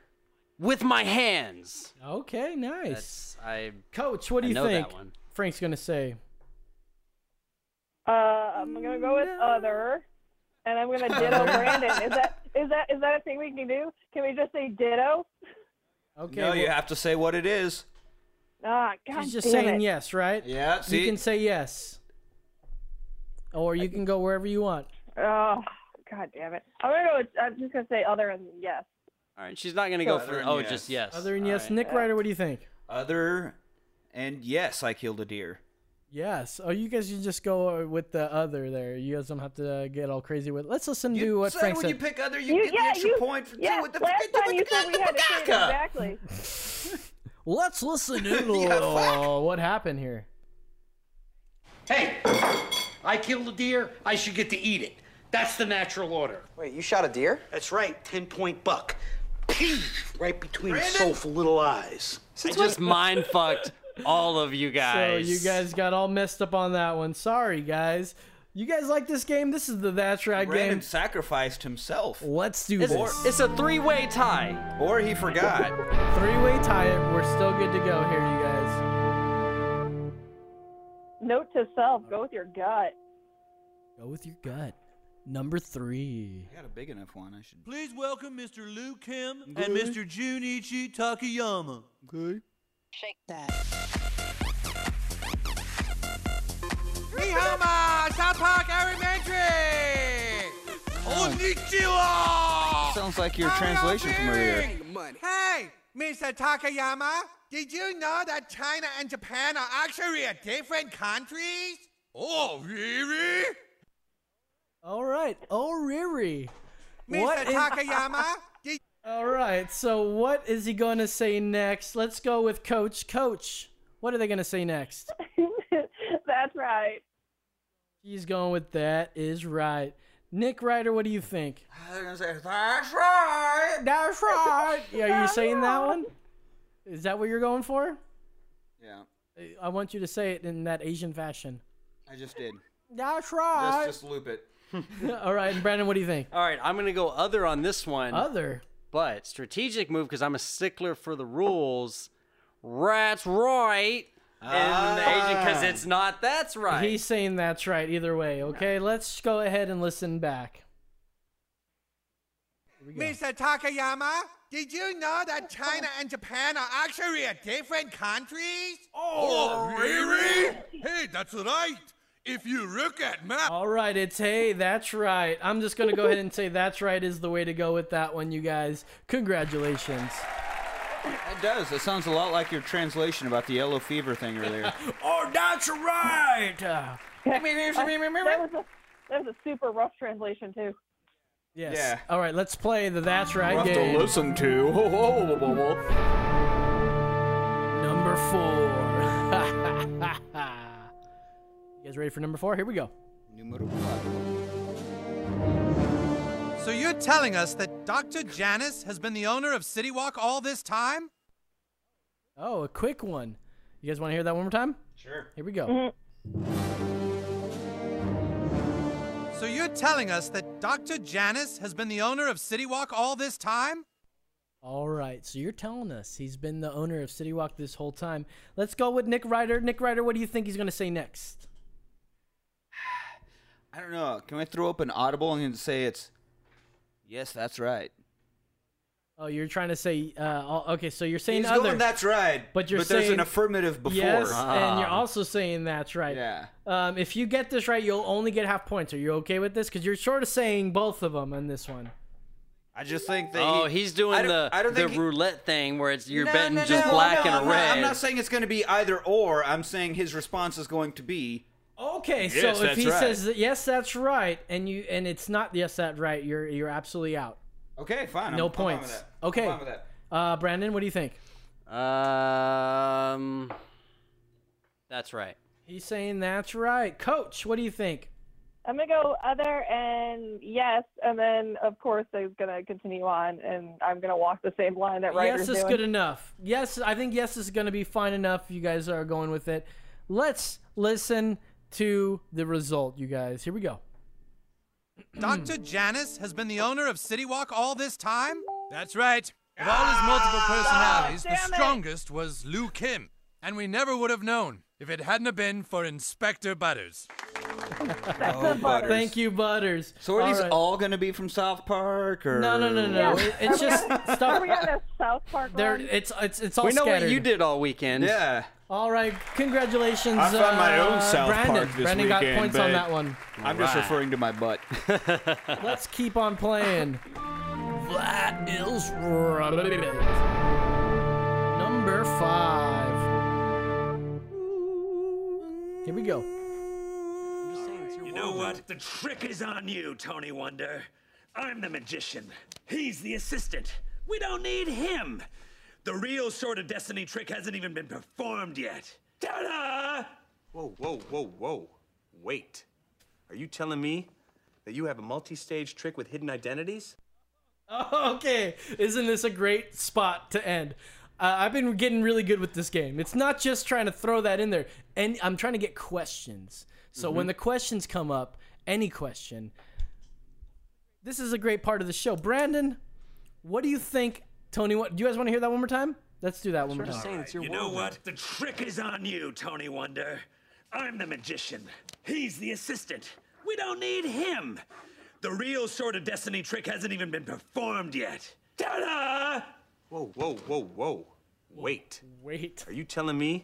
with my hands. Okay, nice. That's, I Coach, what do I you know think? That one. Frank's gonna say. Uh, I'm gonna go with other, and I'm gonna ditto Brandon. *laughs* Is that is that is that a thing we can do? Can we just say ditto? Okay. no, you well- have to say what it is. Ah, God He's just damn saying it. yes, right? Yeah, see? You can say yes, or you can go wherever you want. Oh, God damn it! I'm gonna go. With, I'm just gonna say other and yes. All right, she's not gonna go Other for. than Oh, yes. just yes. Other than All yes, right. Nick Ryder, what do you think? Other and yes, I killed a deer. Yes. Oh, you guys should just go with the other there. You guys don't have to uh, get all crazy with. Let's listen to what said Frank when said. you pick other, you, get the extra point for yeah, two with the last with the- time you with the- said we had to say it Gaga. exactly. *laughs* Let's listen to uh, what happened here. Hey, I killed a deer. I should get to eat it. That's the natural order. Wait, you shot a deer? That's right. Ten point buck. Pew! Right between Brandon? soulful little eyes. I just mind fucked all of you *laughs* guys. So you guys got all messed up on that one. Sorry, guys. You guys like this game? This is the That's Right Brandon game. sacrificed himself. Let's do It's- this. It's a three-way tie. Or he forgot. Three-way tie. it. We're still good to go here, you guys. Note to self: go with your gut. *laughs* Go with your gut. Number three. I got a big enough one. I should. Please welcome Mr. Lou Kim and Okay. Mr. Junichi Takayama. Okay. Shake that. Mihama, South Park Elementary! Konnichiwa! Sounds like your translation from earlier. Hey, Mr. Takayama, did you know that China and Japan are actually a different countries? Oh, really? All right. Oh, Riri. Mr. What is- *laughs* Takayama, All right. So what is he going to say next? Let's go with Coach. Coach, what are they going to say next? That's right. He's going with that is right. Nick Ryder, what do you think? I'm gonna say, That's right. That's right. Yeah, are you saying that one? Is that what you're going for? Yeah, I- I want you to say it in that Asian fashion. *laughs* I just did. That's Just, right. just loop it. All right, and Brandon, what do you think? All right, I'm gonna go other on this one. Other. but strategic move because I'm a stickler for the rules. That's right. And the agent because it's not. That's right. Ah. He's saying that's right either way. Okay, let's go ahead and listen back. Mr. Takayama, did you know that China and Japan are actually a different countries? Oh, really? Hey, that's right. If you look at map, All right, it's hey, that's right. I'm just gonna go ahead and say that's right is the way to go with that one, you guys. Congratulations. That does. That sounds a lot like your translation about the yellow fever thing *laughs* earlier. Oh, that's right. Uh, that, was a, that was a super rough translation too. yes. Yeah. All right, let's play the that's right Rough to game. listen to. *laughs* Ho, ho, ho, ho, ho, ho. Number four. *laughs* you guys ready for number four? Here we go. So you're telling us that Dr. Janice has been the owner of City Walk all this time? Oh, a quick one. You guys want to hear that one more time? Sure. Here we go. So you're telling us that Dr. Janice has been the owner of City Walk all this time? All right, so you're telling us he's been the owner of City Walk this whole time. Let's go with Nick Ryder. Nick Ryder, what do you think he's going to say next? I don't know. Can I throw up an audible and say it's? Yes, that's right. Oh, you're trying to say, uh, all- okay, so you're saying He's other. going, that's right. But you're but saying there's an affirmative before. Uh-huh. Yes, and you're also saying that's right. Yeah. Um, if you get this right, you'll only get half points. Are you okay with this? Because you're sort of saying both of them on this one. I just think that. oh, he- he's doing I don't- the I don't the think he- roulette thing where it's you're No, betting no, just no, black no, and I'm not- red. I'm not saying it's going to be either or. I'm saying his response is going to be. Okay, Yes, so if that's he right. says that, yes, that's right, and you and it's not yes, that right, you're you're absolutely out. Okay, fine. I'm- no I'm fine with points. that. I'm Okay. fine with that. Uh, Brandon, what do you think? Um, that's right. He's saying that's right. Coach, what do you think? I'm gonna go other and yes, and then of course they're gonna continue on, and I'm gonna walk the same line that Ryder's yes is doing. good enough. Yes, I think yes is going to be fine enough. You guys are going with it. Let's listen to the result, you guys. Here we go. Hmm. Dr. Janice has been the owner of City Walk all this time? That's right. Of all his multiple personalities, the Ah, damn it. strongest was Liu Kim, and we never would have known if it hadn't have been for Inspector Butters. Thank you, Butters. So are these Alright. all going to be from South Park? Or No, no, no, no. Yeah. It- *laughs* It's just Are stuff. we on a South Park *laughs* There, one? it's it's it's all we know scattered. what you did all weekend. Yeah. All right, congratulations. I found my uh, own South Brandon. Park this Brandon weekend. got points on babe. that one. I'm just Alright. referring to my *laughs* butt. Let's keep on playing. that is right. Number five. Here we go. You know what? The trick is on you, Tony Wonder. I'm the magician. He's the assistant. We don't need him. The real Sword of Destiny trick hasn't even been performed yet. Ta-da! Whoa, whoa, whoa, whoa. Wait. Are you telling me that you have a multi stage trick with hidden identities? *laughs* Okay, isn't this a great spot to end? Uh, I've been getting really good with this game. It's not just trying to throw that in there, and I'm trying to get questions. So when Mhm. the questions come up, any question, this is a great part of the show. Brandon, what do you think, Tony? What do you guys want to hear that one more time? Let's do that one more time. you know what? The trick is on you, Tony Wonder. I'm the magician. He's the assistant. We don't need him. The real Sword of Destiny trick hasn't even been performed yet. Ta-da! Whoa, whoa, whoa, whoa. Wait. Wait. Are you telling me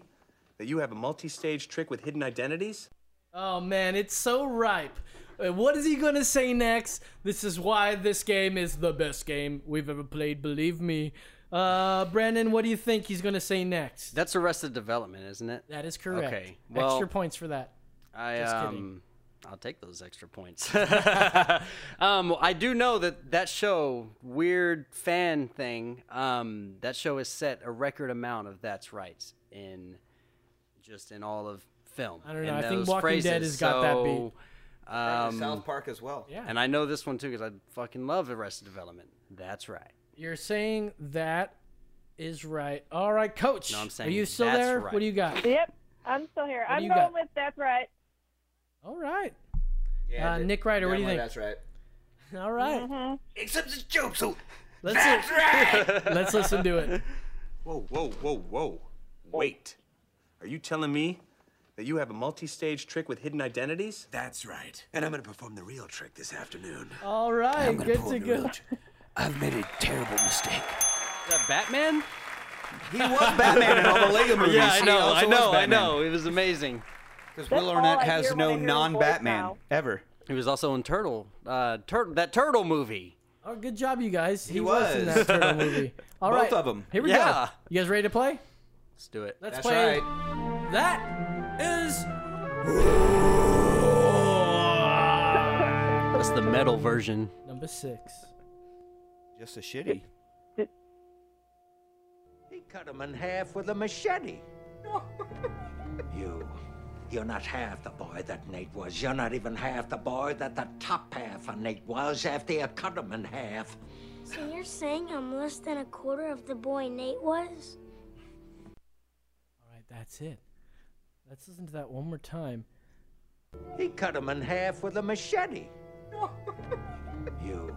that you have a multi stage trick with hidden identities? Oh man, it's so ripe. Uh, What is he gonna say next? This is why this game is the best game we've ever played. Believe me. Uh, Brandon, what do you think he's gonna say next? That's Arrested Development, isn't it? That is correct. Okay. Well, extra points for that. I Just um, kidding. I'll take those extra points. *laughs* um, I do know that that show, weird fan thing, um, that show has set a record amount of that's right in just in all of film. I don't know, and I think those Walking Dead has phrases. got that beat. So, Apparently Um, South Park as well. Yeah. And I know this one too because I fucking love Arrested Development. That's right. You're saying that is right. All right, coach. No, I'm Are saying you still that's there? right. What do you got? Yep, I'm still here. What do I'm you going got? with that's right. All right. Yeah, uh, dude. Nick Ryder, what do you think? Definitely That's right. All right. Except it's joke, so Let's Mm-hmm. that's right. *laughs* Let's listen to it. Whoa, whoa, whoa, whoa. Wait. Are you telling me that you have a multi stage trick with hidden identities? That's right. And I'm gonna perform the real trick this afternoon. All right, I'm gonna good pull to a go. Newt. I've made a terrible mistake. that Batman? He *laughs* was Batman in all the Lego movies. Yeah, I He know, also I was know, I Batman. know. It was amazing. Because Will Arnett has no non-Batman ever. He was also in Turtle, uh, Tur- that Turtle movie. Oh, good job, you guys. He, was. in that turtle *laughs* movie. All Both right, of 'em. Here we Yeah. go. You guys ready to play? Let's do it. Let's play. That is. That's the metal version. Number six. Just a shitty. He cut him in half with a machete. *laughs* You, you're not half the boy that Nate was. You're not even half the boy that the top half of Nate was after you cut him in half. So you're saying I'm less than a quarter of the boy Nate was? All right, that's it. Let's listen to that one more time. He cut him in half with a machete. You,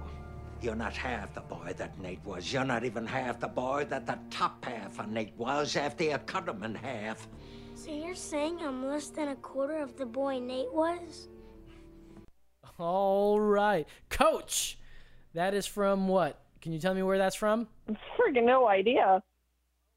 you're not half the boy that Nate was. You're not even half the boy that the top half of Nate was after you cut him in half. So you're saying I'm less than a quarter of the boy Nate was? *laughs* All right, coach. That is from what? Can you tell me where that's from? Freaking no idea.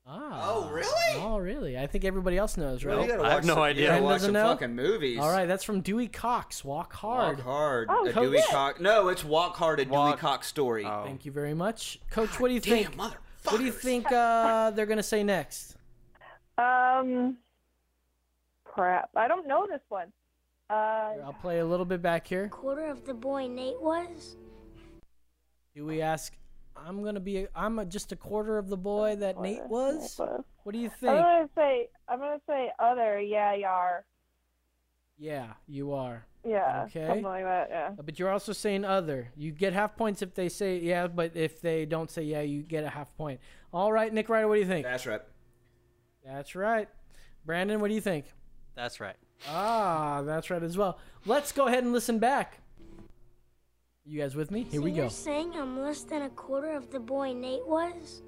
Ah. Oh, really? Oh, really? I think everybody else knows, right? Well, you gotta I have watch no some- you idea. gotta Ken watch doesn't some know? fucking movies. All right, that's from Dewey Cox. Walk hard. Walk hard. Oh, a Dewey coach. Cox. No, it's Walk Hard, a Dewey Cox story. Thank you very much, Coach. What do you think? What do you think uh, they're gonna say next? Um, crap. I don't know this one. Uh, I'll play a little bit back here. Quarter of the boy Nate was? Do we ask? I'm gonna be. I'm a, just a quarter of the boy that Nate was. What do you I'm think? gonna say. I'm gonna say other. Yeah, yar. Yeah, you are. Yeah. Okay. Something like that. Yeah. But you're also saying other. You get half points if they say yeah, but if they don't say yeah, you get a half point. All right, Nick Ryder, what do you think? That's right. That's right. Brandon, what do you think? That's right. Ah, that's right as well. Let's go ahead and listen back. You guys with me? Here so we you're go. saying I'm less than a quarter of the boy Nate was?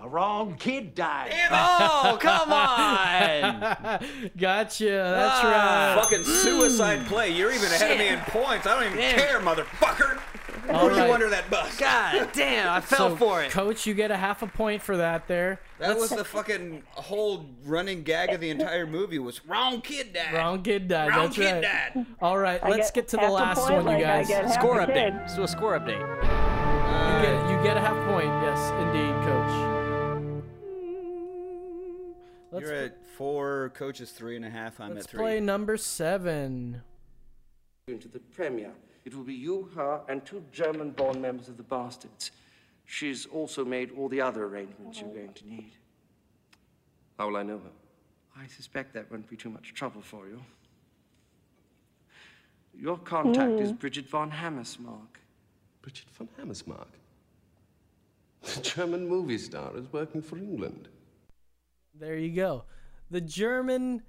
The wrong kid died. Oh, come *laughs* on! *laughs* Gotcha. That's right. Fucking suicide play. You're even ahead of me in points. I don't even Damn. care, motherfucker. All Put right. you under that bus. God damn, I fell So, for it. Coach, you get a half a point for that there. That Let's- was the fucking whole running gag of the entire movie was wrong kid dad. Wrong kid died. Wrong That's kid right. died. All right, I let's get get to the half a last point one, like you I guys. get half Score update. Let's do a score update. You get, you get a half point. Yes, indeed, Coach. You're at four, coaches three and a half. I'm Let's at three. play number seven. into the Premier. It will be you, her, and two German born members of the Bastards. She's also made all the other arrangements you're going to need. How will I know her? I suspect that won't be too much trouble for you. Your contact is Mm. Bridget von Hammersmark. Bridget von Hammersmark. The German movie star is working for England. There you go. The German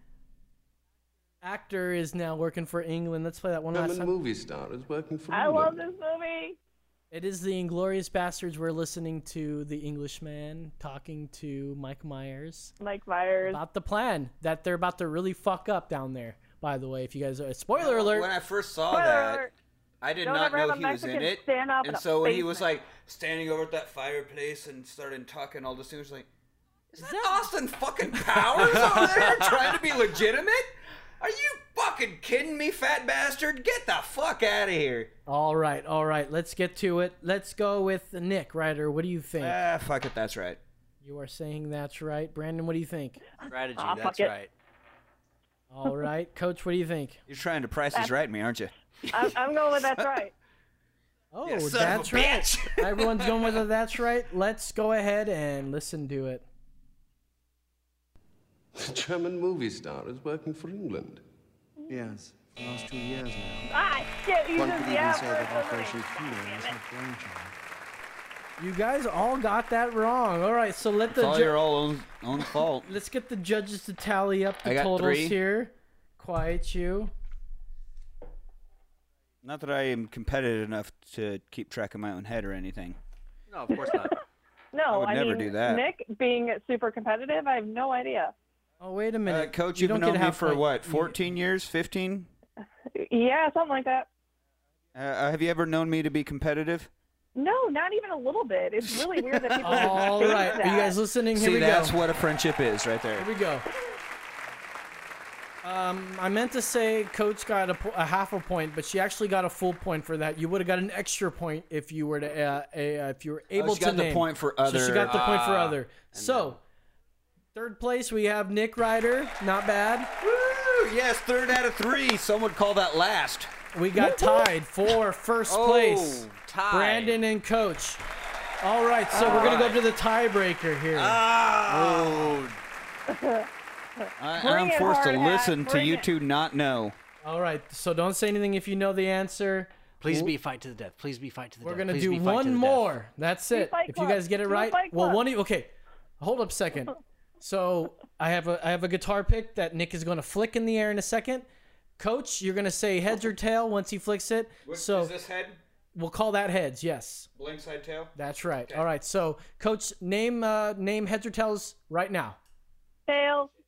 actor is now working for England. Let's play that one last German time. movie star is working for I England. love this movie. It is the Inglorious Bastards. We're listening to the Englishman talking to Mike Myers Mike Myers. about the plan that they're about to really fuck up down there. By the way, if you guys are spoiler alert, When I first saw Spoiler that, alert. I did Don't not ever have know a he was in Mexican it. stand up in and a so when he was like standing over at that fireplace and started talking all this, he was like, "Is that Austin fucking Powers over there trying to be legitimate? Are you fucking kidding me, fat bastard? Get the fuck out of here!" All right, all right. Let's get to it. Let's go with Nick Ryder. What do you think? Ah, fuck it, that's right. you are saying that's right, Brandon. What do you think? Strategy, Ah, fuck that's it. right. *laughs* All right, Coach. What do you think? You're trying to price is right me, aren't you? I'm, I'm going with that's *laughs* right. Oh, son of a that's right. *laughs* Everyone's *laughs* going with a that's right. Let's go ahead and listen to it. The German movie star is working for England. Yes, for the last two years now. Ah, shit, you One just could yeah. even say that for a Operation Hero is Damn her it. brainchild. You guys all got that wrong. All right, so let It's the all ju- your own own fault. let's get the judges to tally up the I got totals three. here. Quiet you. Not that I am competitive enough to keep track of my own head or anything. No, of course not. I No, would I, never mean, do that. Nick being super competitive, I have no idea. Oh wait a Uh, minute, coach, You you've don't known get me half for point. what, 14 years, 15? Yeah, something like that. Uh, have you ever known me to be competitive? No, not even a little bit. It's really weird that *laughs* *laughs* people. All think right, are you that. guys listening? Here See, we that's go. what a friendship is, right there. Here we go. Um, I meant to say Coach got a, po- a half a point, but she actually got a full point for that. You would have got an extra point if you were to uh, uh, if you were able Oh, she to got the name. point for So she other- got the point for Ah, other. So third place we have Nick Ryder, not bad. Woo! Yes, third out of three. Some would call that last. We got tied for first place. Oh, tie. Brandon and Coach. All right, so we're gonna go Alright. to the tiebreaker here. Ah. Ah! Oh. *laughs* I, Bring I'm it, forced to hard hat, listen to bring you it. two not know. All right, so don't say anything if you know the answer. Please W- be fight to the death. Please be fight to the We're death. gonna Please do be fight to one the more. That's Do it. Fight If you Club. guys get it Do right, Fight well, Club. one. Of you, okay, hold up a *laughs* second. So I have a I have a guitar pick that Nick is gonna flick in the air in a second. Coach, you're gonna say heads or tail once he flicks it. so head? we'll call that heads. Yes, Blank side tail? that's right. All right. So Coach, name uh, name heads or tails right now. Tails. *laughs*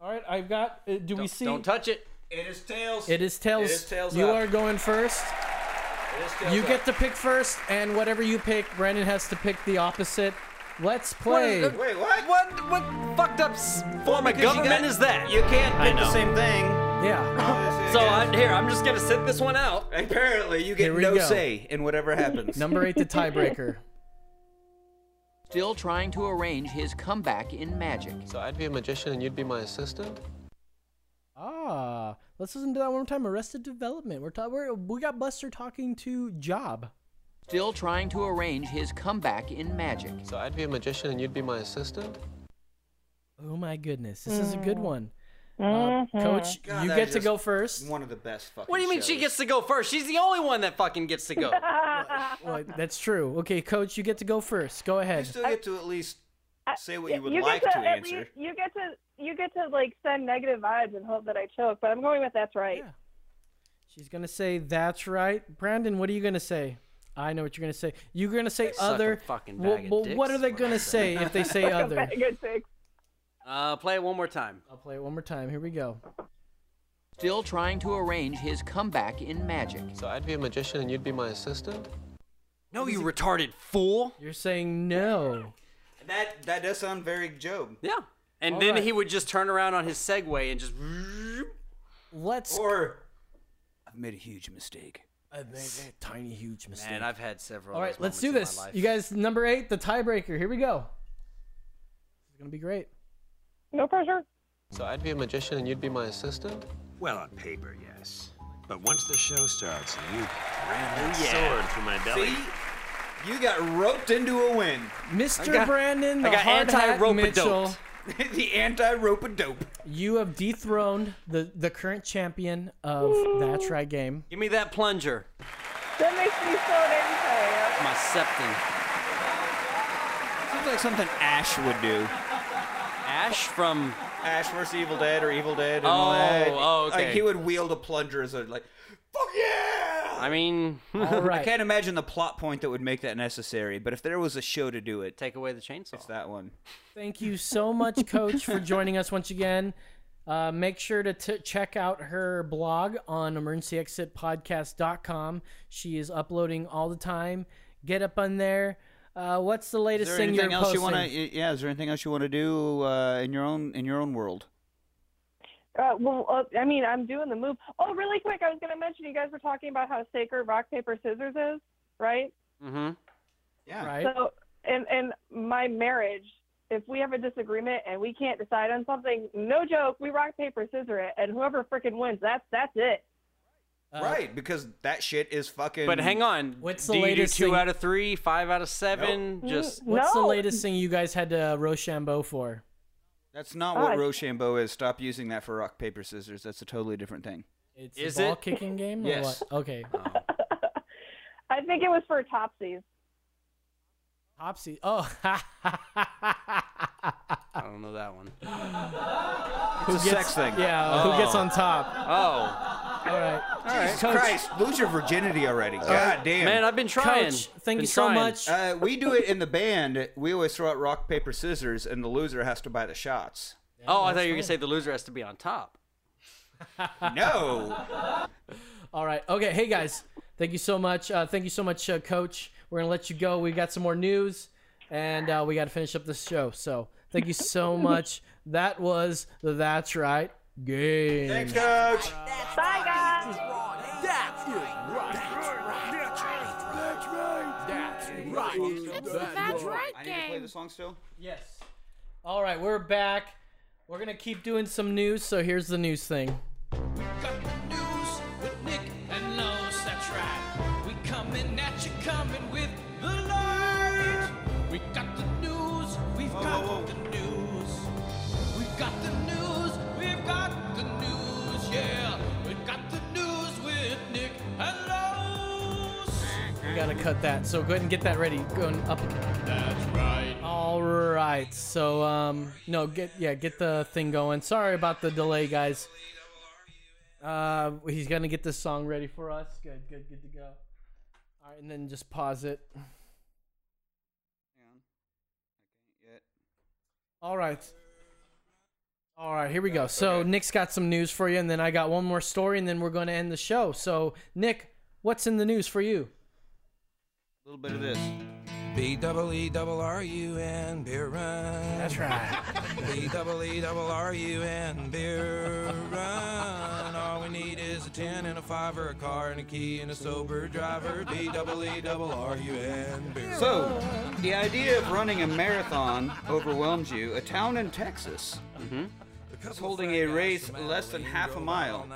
All right, I've got. Uh, do we see? Don't touch it. It is tails. It is tails. It is tails you up. are going first. It is tails You up. get to pick first, and whatever you pick, Brandon has to pick the opposite. Let's play. What is- Wait, what? What what fucked up s- form of because you government got- is that? you can't I pick the know. same thing. *laughs* Yeah. so I, here, I'm just gonna sit this one out. Apparently, you Here get we no go. say in whatever happens. Number eight, the tiebreaker. Still trying to arrange his comeback in magic. So I'd be a magician and you'd be my assistant? *laughs* Ah, let's listen to that one more time. Arrested Development. We're, ta- we're we got Buster talking to Job. Still trying to arrange his comeback in magic. So I'd be a magician and you'd be my assistant? Oh my goodness, this is a good one. Uh, Coach, God, you that is get to just go first. One of the best fucking. What do you mean shows. she gets to go first? She's the only one that fucking gets to go. Well, that's true. Okay, Coach, you get to go first. Go ahead. You still get to at least say what you would you like get to to, at answer. least, you get to you get to like send negative vibes and hope that I choke, but I'm going with that's right. She's gonna say that's right. Brandon, what are you gonna say? I know what you're gonna say. You're gonna say Suck a other. fucking well, bag of well, what dicks, are they what gonna I'm say saying. if they *laughs* say *laughs* Suck a other? bag Uh, play it one more time. I'll play it one more time. Here we go. Still trying to arrange his comeback in magic. So I'd be a magician and you'd be my assistant? No, you retarded fool. You're saying no. That that does sound very Job. Yeah. And All then right. he would just turn around on his Segway and just. Let's. Or I've made a huge mistake. I've made a tiny, huge mistake. Man, I've had several. All of right, those let's moments do in my this. life. You guys, number eight, the tiebreaker. Here we go. It's gonna be great. No pressure. So I'd be a magician and you'd be my assistant? Well, on paper, yes. But once the show starts and you ram that Yeah. sword through my belly. You got roped into a win, *laughs* Mr. Brandon, the hard hat Mitchell. the anti-rope-a-dope. You have dethroned the, the current champion of That's Right *laughs* Game. Give me that plunger. That makes me so damn My septum. Seems like something Ash would do. Ash from Ash vs. Evil Dead or Evil Dead. And Oh, all that. oh, okay. Like he would wield a plunger as a like. I mean, hmm, I can't imagine the plot point that would make that necessary. But if there was a show to do it, take away the chainsaw. It's that one. Thank you so much, Coach, for joining us once again. Uh, make sure to t- check out her blog on emergencyexitpodcast.com. She is uploading all the time. Get up on there. Uh, what's the Is latest there thing anything you're else posting? you want to? Yeah. Is there anything else you want to do uh, in your own in your own world? Uh, well, uh, I mean, I'm doing the move. Oh, really quick, I was going to mention you guys were talking about how sacred rock paper scissors is, right? Mm-hmm. Yeah. Right. So, in in my marriage, if we have a disagreement and we can't decide on something, no joke, we rock paper scissor it, and whoever freaking wins, that's that's it. Uh, right, because that shit is fucking. But hang on. What's do the you latest do two thing- Mm. out of three, five out of seven? Nope. Just What's the No. latest thing you guys had to Rochambeau for? That's not what Ah. Rochambeau is. Stop using that for rock paper scissors. That's a totally different thing. It's Is a ball it? kicking game or Yes. Oh. what? Okay. *laughs* I think it was for topsies. Topsy. Oh. *laughs* I don't know that one. It's a sex thing. Yeah, who gets on top? Oh, All right. Jesus Christ, lose your virginity already. God damn. man, I've been trying. Coach, thank Been you so trying. much. Uh, we do it in the band. We always throw out rock, paper, scissors, and the loser has to buy the shots. Oh, I thought you were gonna say the loser has to be on top. No. All right. Okay. Hey guys, thank you so much. Uh, thank you so much, uh, Coach. We're gonna let you go. We got some more news, and uh, we got to finish up this show. So thank you so much. That was the That's Right *laughs* game. Thanks, coach. Bye, guys. That's right. That's right. That's right. That's right. I need to play the song still. Yes. All right, we're back. We're gonna keep doing some news. So here's the news thing. Got the news with Nick and Los, that's right. We coming at you, coming with the light. We got the news, we've got the news. We've got the news, we've got the news, yeah. We've got the news with Nick and Los. We gotta cut that. So go ahead and get that ready. Go and up. That's right. All right. So um, no, get yeah, get the thing going. Sorry about the delay, guys. Uh, he's gonna get this song ready for us. Good, good, good to go. All right, and then just pause it. All right. All right, here we go. So Nick's got some news for you, and then I got one more story, and then we're going to end the show. So Nick, what's in the news for you? A little bit of this. B double E double R U N beer run. That's right. *laughs* B double E double R U N beer run. All we need is a ten and a five or a car and a key and a sober driver. B double E double R U N beer. So, the idea of running a marathon overwhelms you. A town in Texas is holding a race less than half a mile.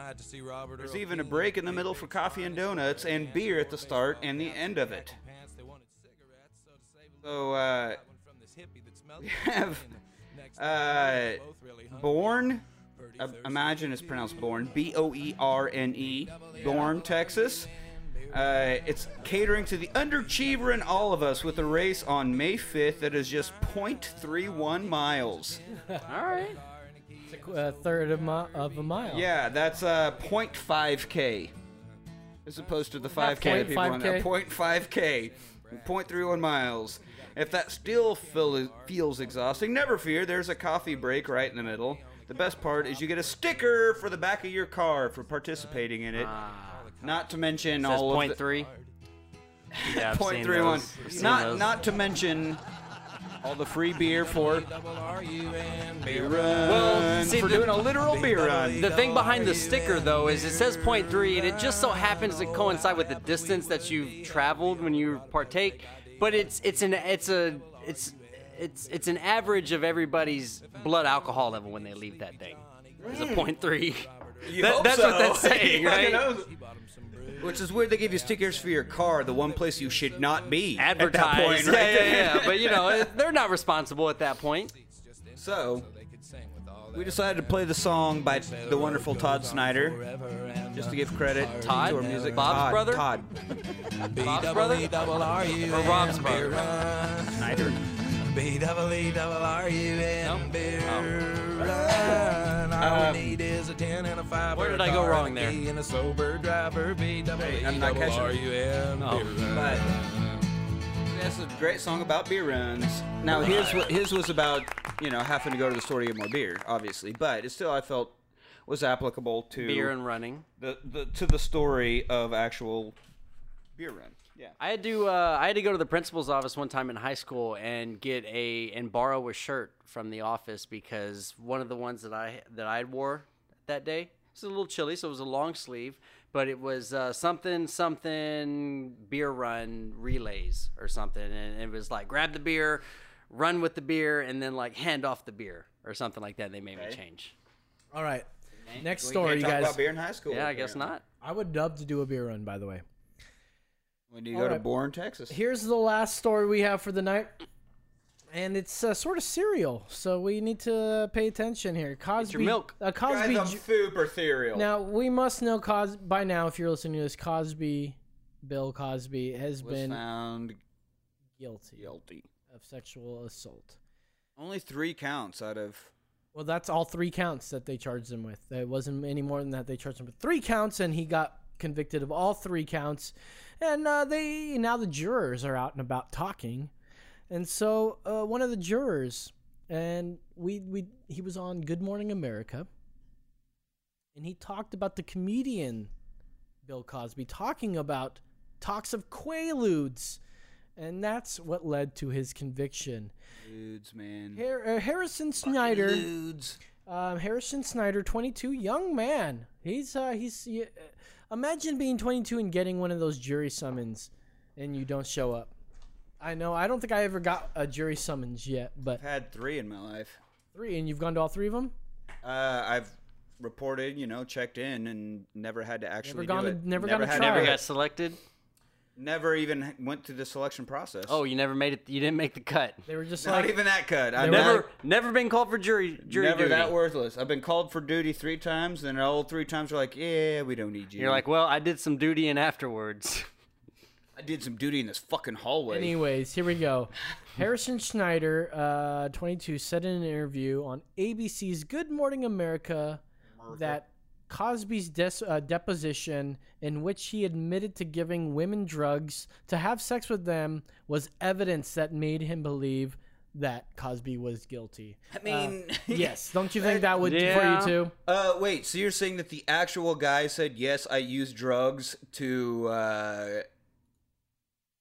There's even a break in the middle for coffee and donuts and beer at the start and the end of it. So, uh, we have uh, Born. uh, imagine it's pronounced Born. B O E R N E. Born, Texas. Uh, it's catering to the underachiever in all of us with a race on May 5th that is just 0.31 miles. All right. It's a qu- a third of, mi- of a mile. Yeah, that's uh, 0.5k. as opposed to the 5K that people on there. 0.5K, 0.31 miles. If that still feel, feels exhausting, never fear. There's a coffee break right in the middle. The best part is you get a sticker for the back of your car for participating in it. Not to mention It says all of the 0.3? Yeah, I've seen point three one. those. I've seen Not those. not to mention all the free beer for beer run Well, see, for the- doing a literal beer run. The thing behind the sticker, though, is it says point three, and it just so happens to coincide with the distance that you've traveled when you partake. But it's it's an it's a it's it's it's an average of everybody's blood alcohol level when they leave that thing. It's Mm. a point three. You That- hope that's so. *laughs* what that's saying, You fucking right? hope Which is weird. They give you stickers for your car, the one place you should not be at that point. Advertise. right? yeah, *laughs* yeah, yeah. But you know, it- they're not responsible at that point. So, we decided to play the song by the wonderful Todd Snyder, just to give credit to our music. Bob's Todd, brother? Todd Bob's brother? E Or Rob's brother? Snyder. B double E double R U N beer Oh. run. All we need is a ten and a five. Uh, Where or a did I go car wrong and a there? key And a sober driver. B double E I'm not double catching. R U N Oh. beer run. But that's a great song about beer runs. Now here's what his was about. You know, having to go to the store to get more beer, obviously, but it still I felt was applicable to Beer and running. the, the to the story of actual beer run. Yeah. I had to uh, I had to go to the principal's office one time in high school and get a and borrow a shirt from the office because one of the ones that I that I wore that day it was a little chilly, so it was a long sleeve, but it was uh, something something beer run relays or something, and it was like grab the beer, run with the beer, and then like hand off the beer or something like that. They made me change. All right. Next Well, you story, can't you talk guys. about beer in high school, Yeah, I guess apparently. not. I would love to do a beer run, by the way. When you All go to right. Bourne, Texas. Here's the last story we have for the night. And it's uh, sort of cereal, so we need to pay attention here. Cosby, milk. Uh, Cosby. Guys, I'm Ju- super cereal. now we must know Cos- by now if you're listening to this. Cosby, Bill Cosby has was been found guilty guilty. of sexual assault. Only three counts out of Well, that's all three counts that they charged him with. It wasn't any more than that. They charged him with three counts, and he got convicted of all three counts. And uh, they now the jurors are out and about talking, and so uh, one of the jurors, and we we he was on Good Morning America, and he talked about the comedian Bill Cosby talking about talks of quaaludes, and that's what led to his conviction. dudes, man. Har- uh, Harrison Snyder. Um, Harrison Snyder, 22, young man. He's uh, he's. y- uh imagine being 22 and getting one of those jury summons, and you don't show up. I know. I don't think I ever got a jury summons yet, but I've had three in my life. three, and you've gone to all three of them. Uh, I've reported, you know, checked in, and never had to actually gone do to- it. never gone to had trial. do Never it. got selected. Never even went through the selection process. Oh, you never made it. You didn't make the cut. They were just not even that cut. I've I've never never been called for jury jury never duty. that worthless. I've been called for duty three times, and all three times are like, "Yeah, we don't need you." You're like, well, I did some duty and afterwards. *laughs* I did some duty in this fucking hallway. Anyways, here we go. Harrison Schneider, uh, 22, said in an interview on ABC's Good Morning America that Cosby's des- uh, deposition, in which he admitted to giving women drugs to have sex with them, was evidence that made him believe that Cosby was guilty. Uh, I mean, yes, *laughs* don't you think that would for you too? Uh, wait. So you're saying that the actual guy said, "Yes, I used drugs to uh,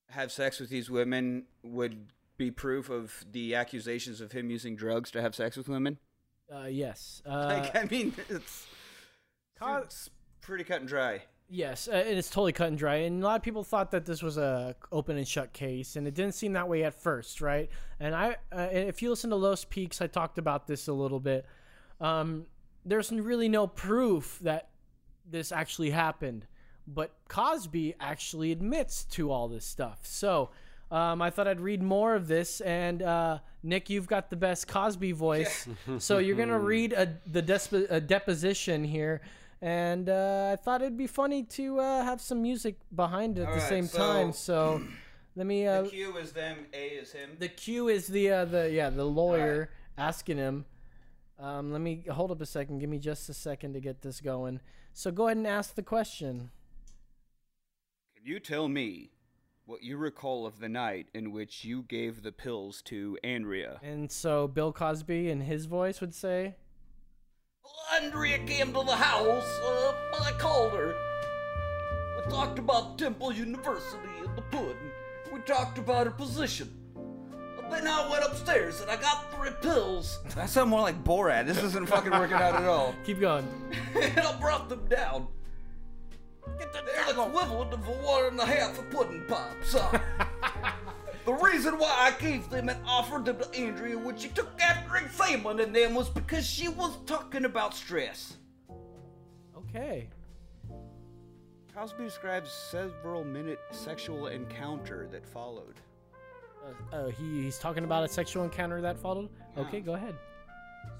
have sex with these women," would be proof of the accusations of him using drugs to have sex with women? Uh, yes. *laughs* Uh, like, I mean, it's, it's pretty cut and dry. Yes, uh, and it's totally cut and dry. And a lot of people thought that this was a open and shut case, and it didn't seem that way at first, right? And I, uh, and if you listen to Los Peaks, I talked about this a little bit. Um, there's really no proof that this actually happened, but Cosby actually admits to all this stuff. So um, I thought I'd read more of this. And uh, Nick, you've got the best Cosby voice, *laughs* so you're gonna read a, the desp- a deposition here. And uh, I thought it'd be funny to uh, have some music behind it at All the right, same so- time. So let me. Uh, the Q is them. A is him. the Q is the uh, the yeah the lawyer asking him. Um, let me hold up a second. Give me just a second to get this going. So go ahead and ask the question. Can you tell me what you recall of the night in which you gave the pills to Andrea? And so Bill Cosby in his voice would say, Andrea came to the house. Uh, I called her. We talked about Temple University and the pudding. We talked about her position. Then I went upstairs and I got three pills That sounds more like Borat. This isn't fucking working out at *laughs* all. Keep going. and I brought them down. They're the equivalent of a one and a half of pudding pops. Uh, the reason why I gave them and offered them to Andrea when she took after examining them was because she was talking about stress. Okay. Cosby describes several minute sexual encounter that followed. Uh, oh, he, he's talking about a sexual encounter that followed? Okay, go ahead. *gasps*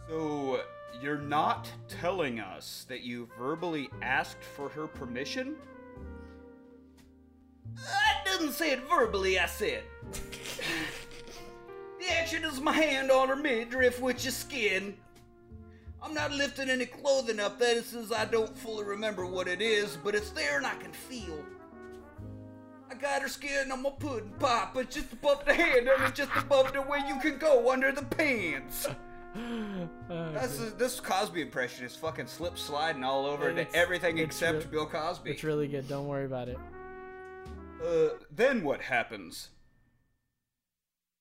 So, you're not telling us that you verbally asked for her permission? I didn't say it verbally, I said. the action is my hand on her midriff, which is skin. I'm not lifting any clothing up. That is, since I don't fully remember what it is, but it's there and I can feel. I got her skin on my pudding pop. It's just above the hand and it's just above the way you can go under the pants. Uh, That's This, this Cosby impression is fucking slip sliding all over It's- to everything it's except real- Bill Cosby. It's really good. Don't worry about it. Uh, then what happens?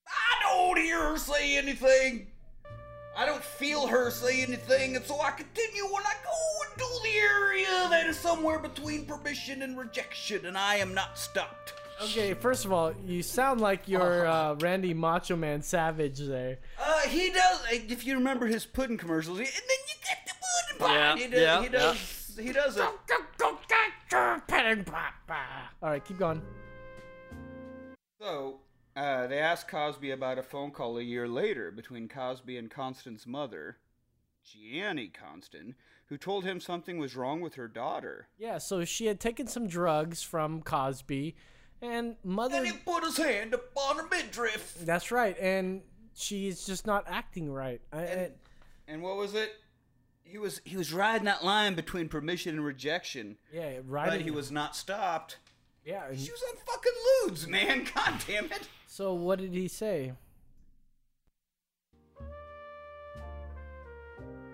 I don't hear her say anything. I don't feel her say anything, and so I continue and I go into the area that is somewhere between permission and rejection, and I am not stopped. Okay, first of all, you sound like your uh, Randy Macho Man Savage there. Uh, he does. If you remember his pudding commercials, he, and then you get the pudding pop. Yeah, he does. yeah, he does. He does it. All right, keep going. So, uh, they asked Cosby about a phone call a year later between Cosby and Constance's mother, Gianni Constant, who told him something was wrong with her daughter. Yeah, so she had taken some drugs from Cosby, and mother. And he put his hand upon her midriff. That's right, and she's just not acting right. I, I- And what was it? He was he was riding that line between permission and rejection. yeah, right. Right. He was not stopped. Yeah. She was on fucking lewds, man. *laughs* God damn it. So what did he say?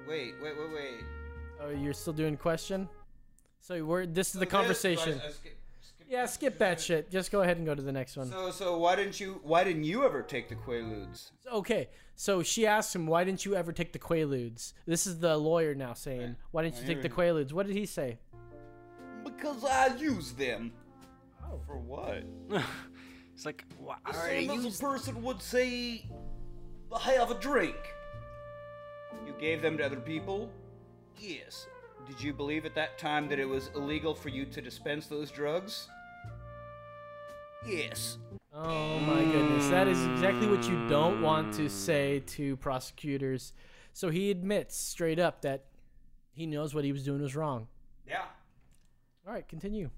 Wait, wait, wait, wait. Oh, you're still doing question. So we're this is the So this- conversation. I- I uh, skip- yeah, skip that shit. Just go ahead and go to the next one. So so why didn't you why didn't you ever take the Quaaludes? Okay, so she asked him, "Why didn't you ever take the Quaaludes?" This is the lawyer now saying, "Why didn't you I take the hear Quaaludes?" What did he say? Because I use them. Oh. For what? it's like, wow. The same as a person would say, "I have a drink. You gave them to other people? Yes. Did you believe at that time that it was illegal for you to dispense those drugs? Yes. Oh my goodness, that is exactly what you don't want to say to prosecutors. So he admits straight up that he knows what he was doing was wrong. Yeah. All right, continue.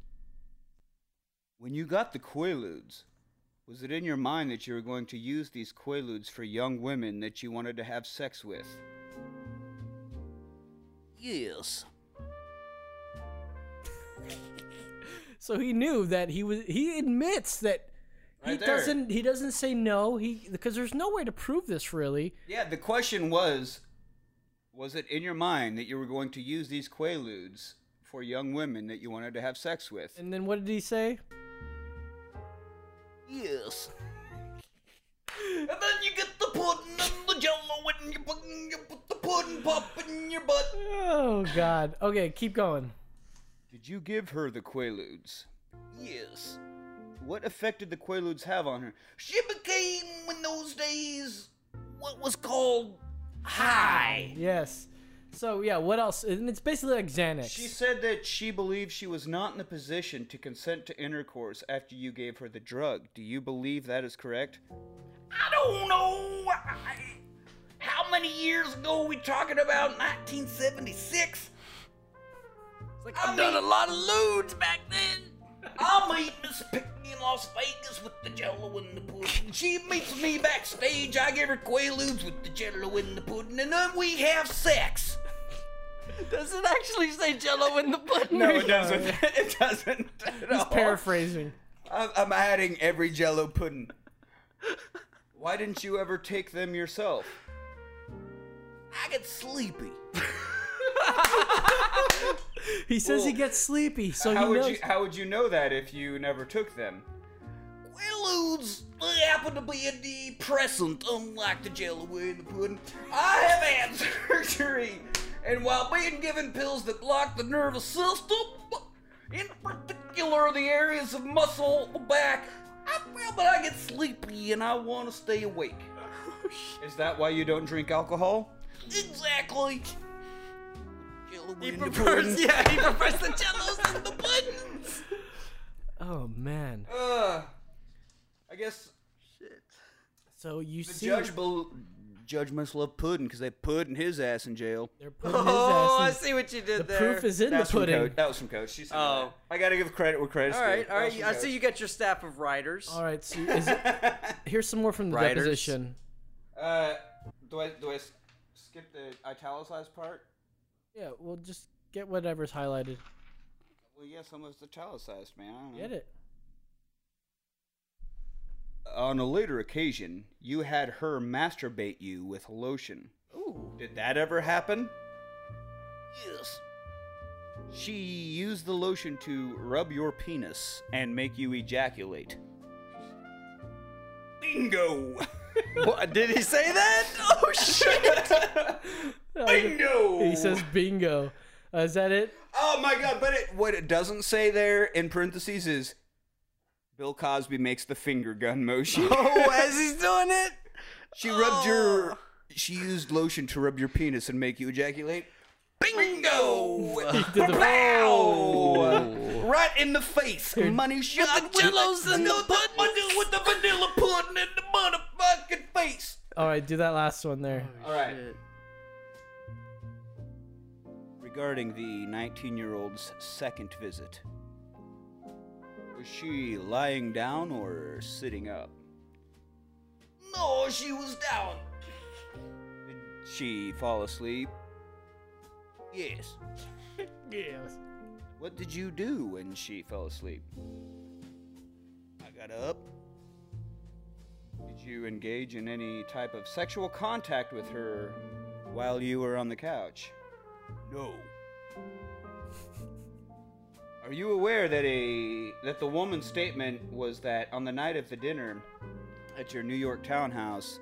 When you got the Quaaludes, was it in your mind that you were going to use these Quaaludes for young women that you wanted to have sex with? Yes. So he knew that he was. He admits that he Right there. doesn't. He doesn't say no. He because there's no way to prove this really. Yeah, the question was was it in your mind that you were going to use these Quaaludes for young women that you wanted to have sex with? And then what did he say? Yes. and then you get the pudding and the jello and you put, you put the pudding pop in your butt. Oh God. Okay, keep going. Did you give her the Quaaludes? Yes. What effect did the Quaaludes have on her? She became, in those days, what was called high. Yes. So yeah, what else? And it's basically like Xanax. She said that she believed she was not in the position to consent to intercourse after you gave her the drug. Do you believe that is correct? I don't know I, how many years ago we talking about 1976. I've done a lot of lewds back then. I'll meet Miss Pickney in Las Vegas with the jello and the pudding. She meets me backstage. I give her quaaludes with the jello and the pudding, and then we have sex. Does it actually say Jello in the button? No, it doesn't. *laughs* it doesn't. At He's all. paraphrasing. I'm, I'm adding every Jello pudding. Why didn't you ever take them yourself? I get sleepy. He says he gets sleepy, so how he would knows. you how would you know that if you never took them? Quaaludes they happen to be a depressant, unlike the jello and the pudding. I have had *laughs* surgery, and while being given pills that block the nervous system, in particular the areas of muscle at the back, I feel that I get sleepy and I want to stay awake. *laughs* Is that why you don't drink alcohol? Exactly. Jello He and the prefers- pudding. yeah, he prefers the jellos *laughs* and the puddings. Oh man. Uh, I guess So you the see, judge bel- judge must love pudding because they put his ass in jail. They're putting his *laughs* uh, Oh, ass in- I see what you did The there. proof is in the That's from pudding. Coach- That was from Coach. She said Oh. that. I gotta give credit where credit's All due. right, That all was right. from I Coach. see you got your staff of writers. All right, so *laughs* is it, here's some more from the Writers. deposition. *laughs* Uh, do I do I s- skip the italicized part? Yeah, well, just get whatever's highlighted. Well, yeah, some of it's italicized, man. I don't know. Get it. On a later occasion, you had her masturbate you with lotion. Ooh. Did that ever happen? Yes. She used the lotion to rub your penis and make you ejaculate. *laughs* Bingo! what, did he say that? *laughs* *laughs* Oh shit! Bingo! He says bingo. Uh, is that it? Oh my god, but it, what it doesn't say there in parentheses is Bill Cosby makes the finger gun motion. *laughs* Oh, as he's doing it. *laughs* Oh. she rubbed your. She used lotion to rub your penis and make you ejaculate. *laughs* Bingo! Pow! Oh. Right in the face. Money shot with Jellos and the pudding. With the vanilla pudding in the motherfucking face. All right, do that last one there. All right. Regarding the 19 year old's second visit, was she lying down or sitting up? No, she was down. She fall asleep? Yes. Yes. What did you do when she fell asleep? I got up. Did you engage in any type of sexual contact with her while you were on the couch? No. *laughs* Are you aware that a that the woman's statement was that on the night of the dinner at your New York townhouse,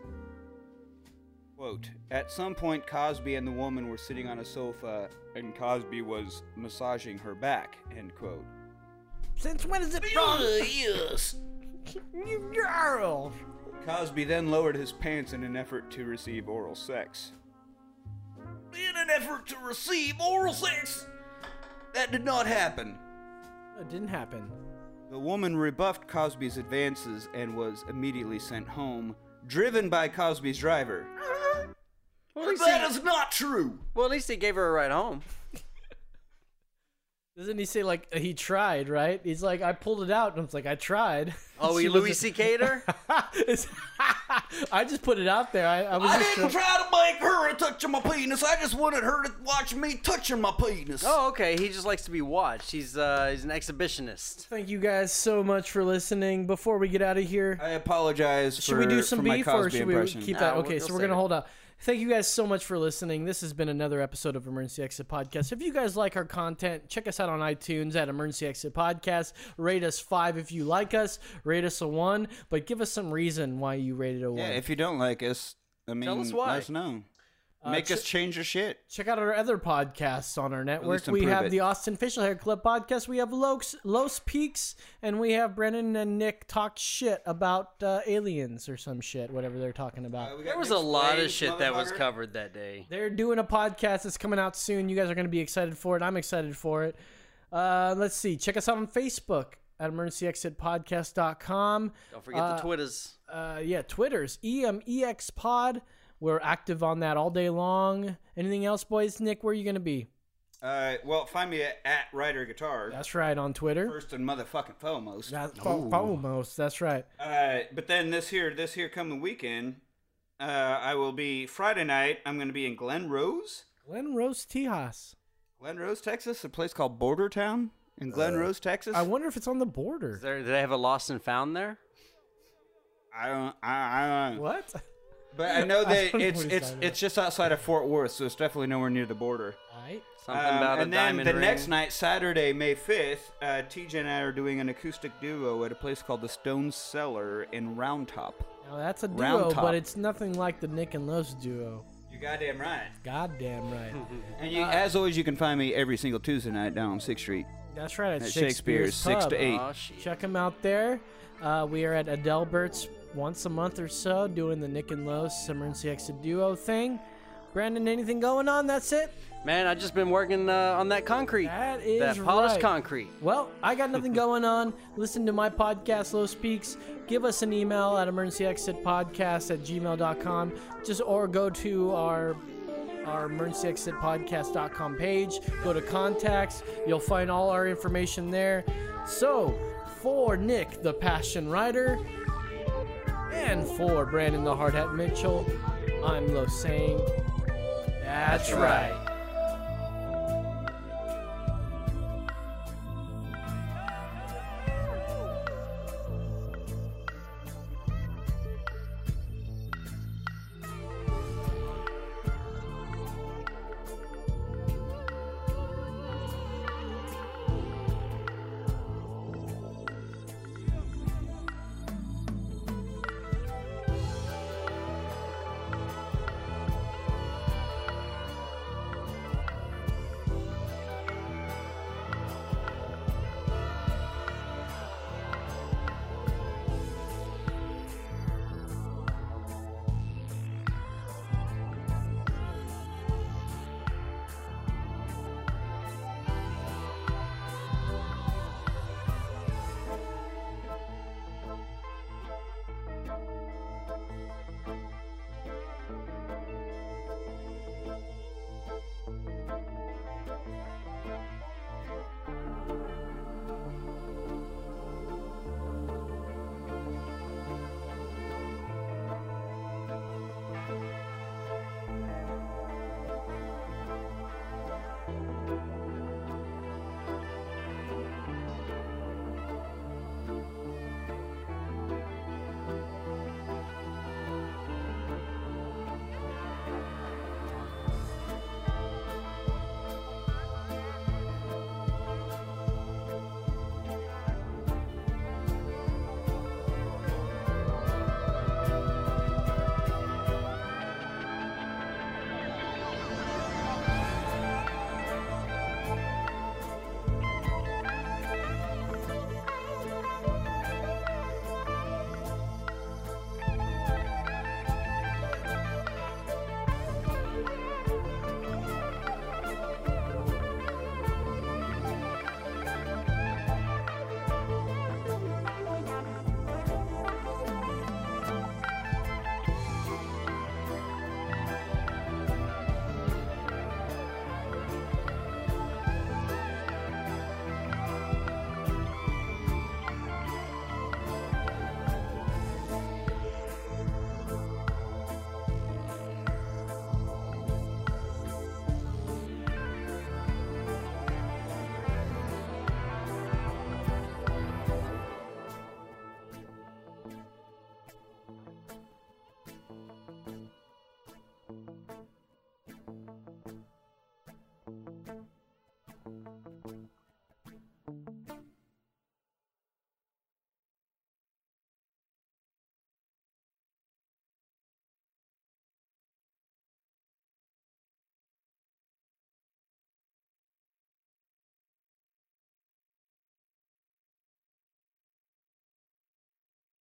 quote, at some point Cosby and the woman were sitting on a sofa and Cosby was massaging her back, end quote. Since when is it wrong? Yes. Girl. Cosby then lowered his pants in an effort to receive oral sex. In an effort to receive oral sex, that did not happen. It didn't happen. The woman rebuffed Cosby's advances and was immediately sent home, driven by Cosby's *laughs* driver. Well, at That is not true. Well, at least he gave her a ride home. Doesn't he say like uh, he tried? Right? He's like, I pulled it out, and it's like I tried. Oh, *laughs* he She wasn't- Louis C.K.'d her? It's- *laughs* I just put it out there. I, I was. I just didn't try- try to make her a touch of my penis. I just wanted her to watch me touching my penis. Oh, okay. He just likes to be watched. He's uh, he's an exhibitionist. Thank you guys so much for listening. Before we get out of here, I apologize. Should we for- do some for my beef or Cosby should impression. we keep that? okay, so we're gonna hold out. Thank you guys so much for listening. This has been another episode of Emergency Exit Podcast. If you guys like our content, check us out on iTunes at Emergency Exit Podcast. Rate us five if you like us. Rate us a one, but give us some reason why you rated a one. Yeah, if you don't like us, I mean, us why. let us know. Uh, Make ch- us change our shit. Check out our other podcasts on our network. least We improve have it. the Austin Facial Hair Clip podcast. We have Los, Los Peaks, and we have Brennan and Nick talk shit about uh, aliens or some shit, whatever they're talking about. There was a lot of shit that was covered that day. They're doing a podcast that's coming out soon. You guys are going to be excited for it. I'm excited for it. Uh, let's see. Check us out on Facebook at emergencyexitpodcast.com. Don't forget uh, the Twitters. Uh, yeah, Twitter's EMEX Pod. We're active on that all day long. Anything else, boys? Nick, where are you going to be? Uh, well, find me at, at Ryder Guitar. That's right, on Twitter. First and motherfucking foremost. Fo- Foremost. That's right. Uh, but then this here, this here coming weekend, uh, I will be Friday night. I'm going to be in Glen Rose. Glen Rose Tejas. Glen Rose, Texas, a place called Border Town in Glen Uh, Rose, Texas. I wonder if it's on the border. Is there, do they have a lost and found there? I don't. I, I don't. What? But I know *laughs* I that don't know it's what he's it's talking it's just outside of Fort Worth, so it's definitely nowhere near the border. Alright. Something about Um, a and then diamond the ring. next night, Saturday, May fifth, uh, TJ and I are doing an acoustic duo at a place called the Stone Cellar in Round Top. Now that's a duo, Round top. but it's nothing like the Nick and Los duo. You goddamn right. *laughs* Goddamn right. And you, as always, you can find me every single Tuesday night down on Sixth Street. That's right. At, At Shakespeare's, six Pub. to eight. Oh, Check them out there. Uh, we are at Adelbert's once a month or so, doing the Nick and Lowe's Summer and CX duo thing. Brandon, anything going on? That's it. Man, I've just been working uh, on that concrete. That is That polished right. concrete. Well, I got *laughs* nothing going on. Listen to my podcast, Low Speaks. Give us an email at emergencyexitpodcast at gmail.com. Just or go to our our emergencyexitpodcast.com page. Go to contacts. You'll find all our information there. So for Nick, the passion writer, and for Brandon the Hard Hat Mitchell, I'm Low saying that's, That's right. right.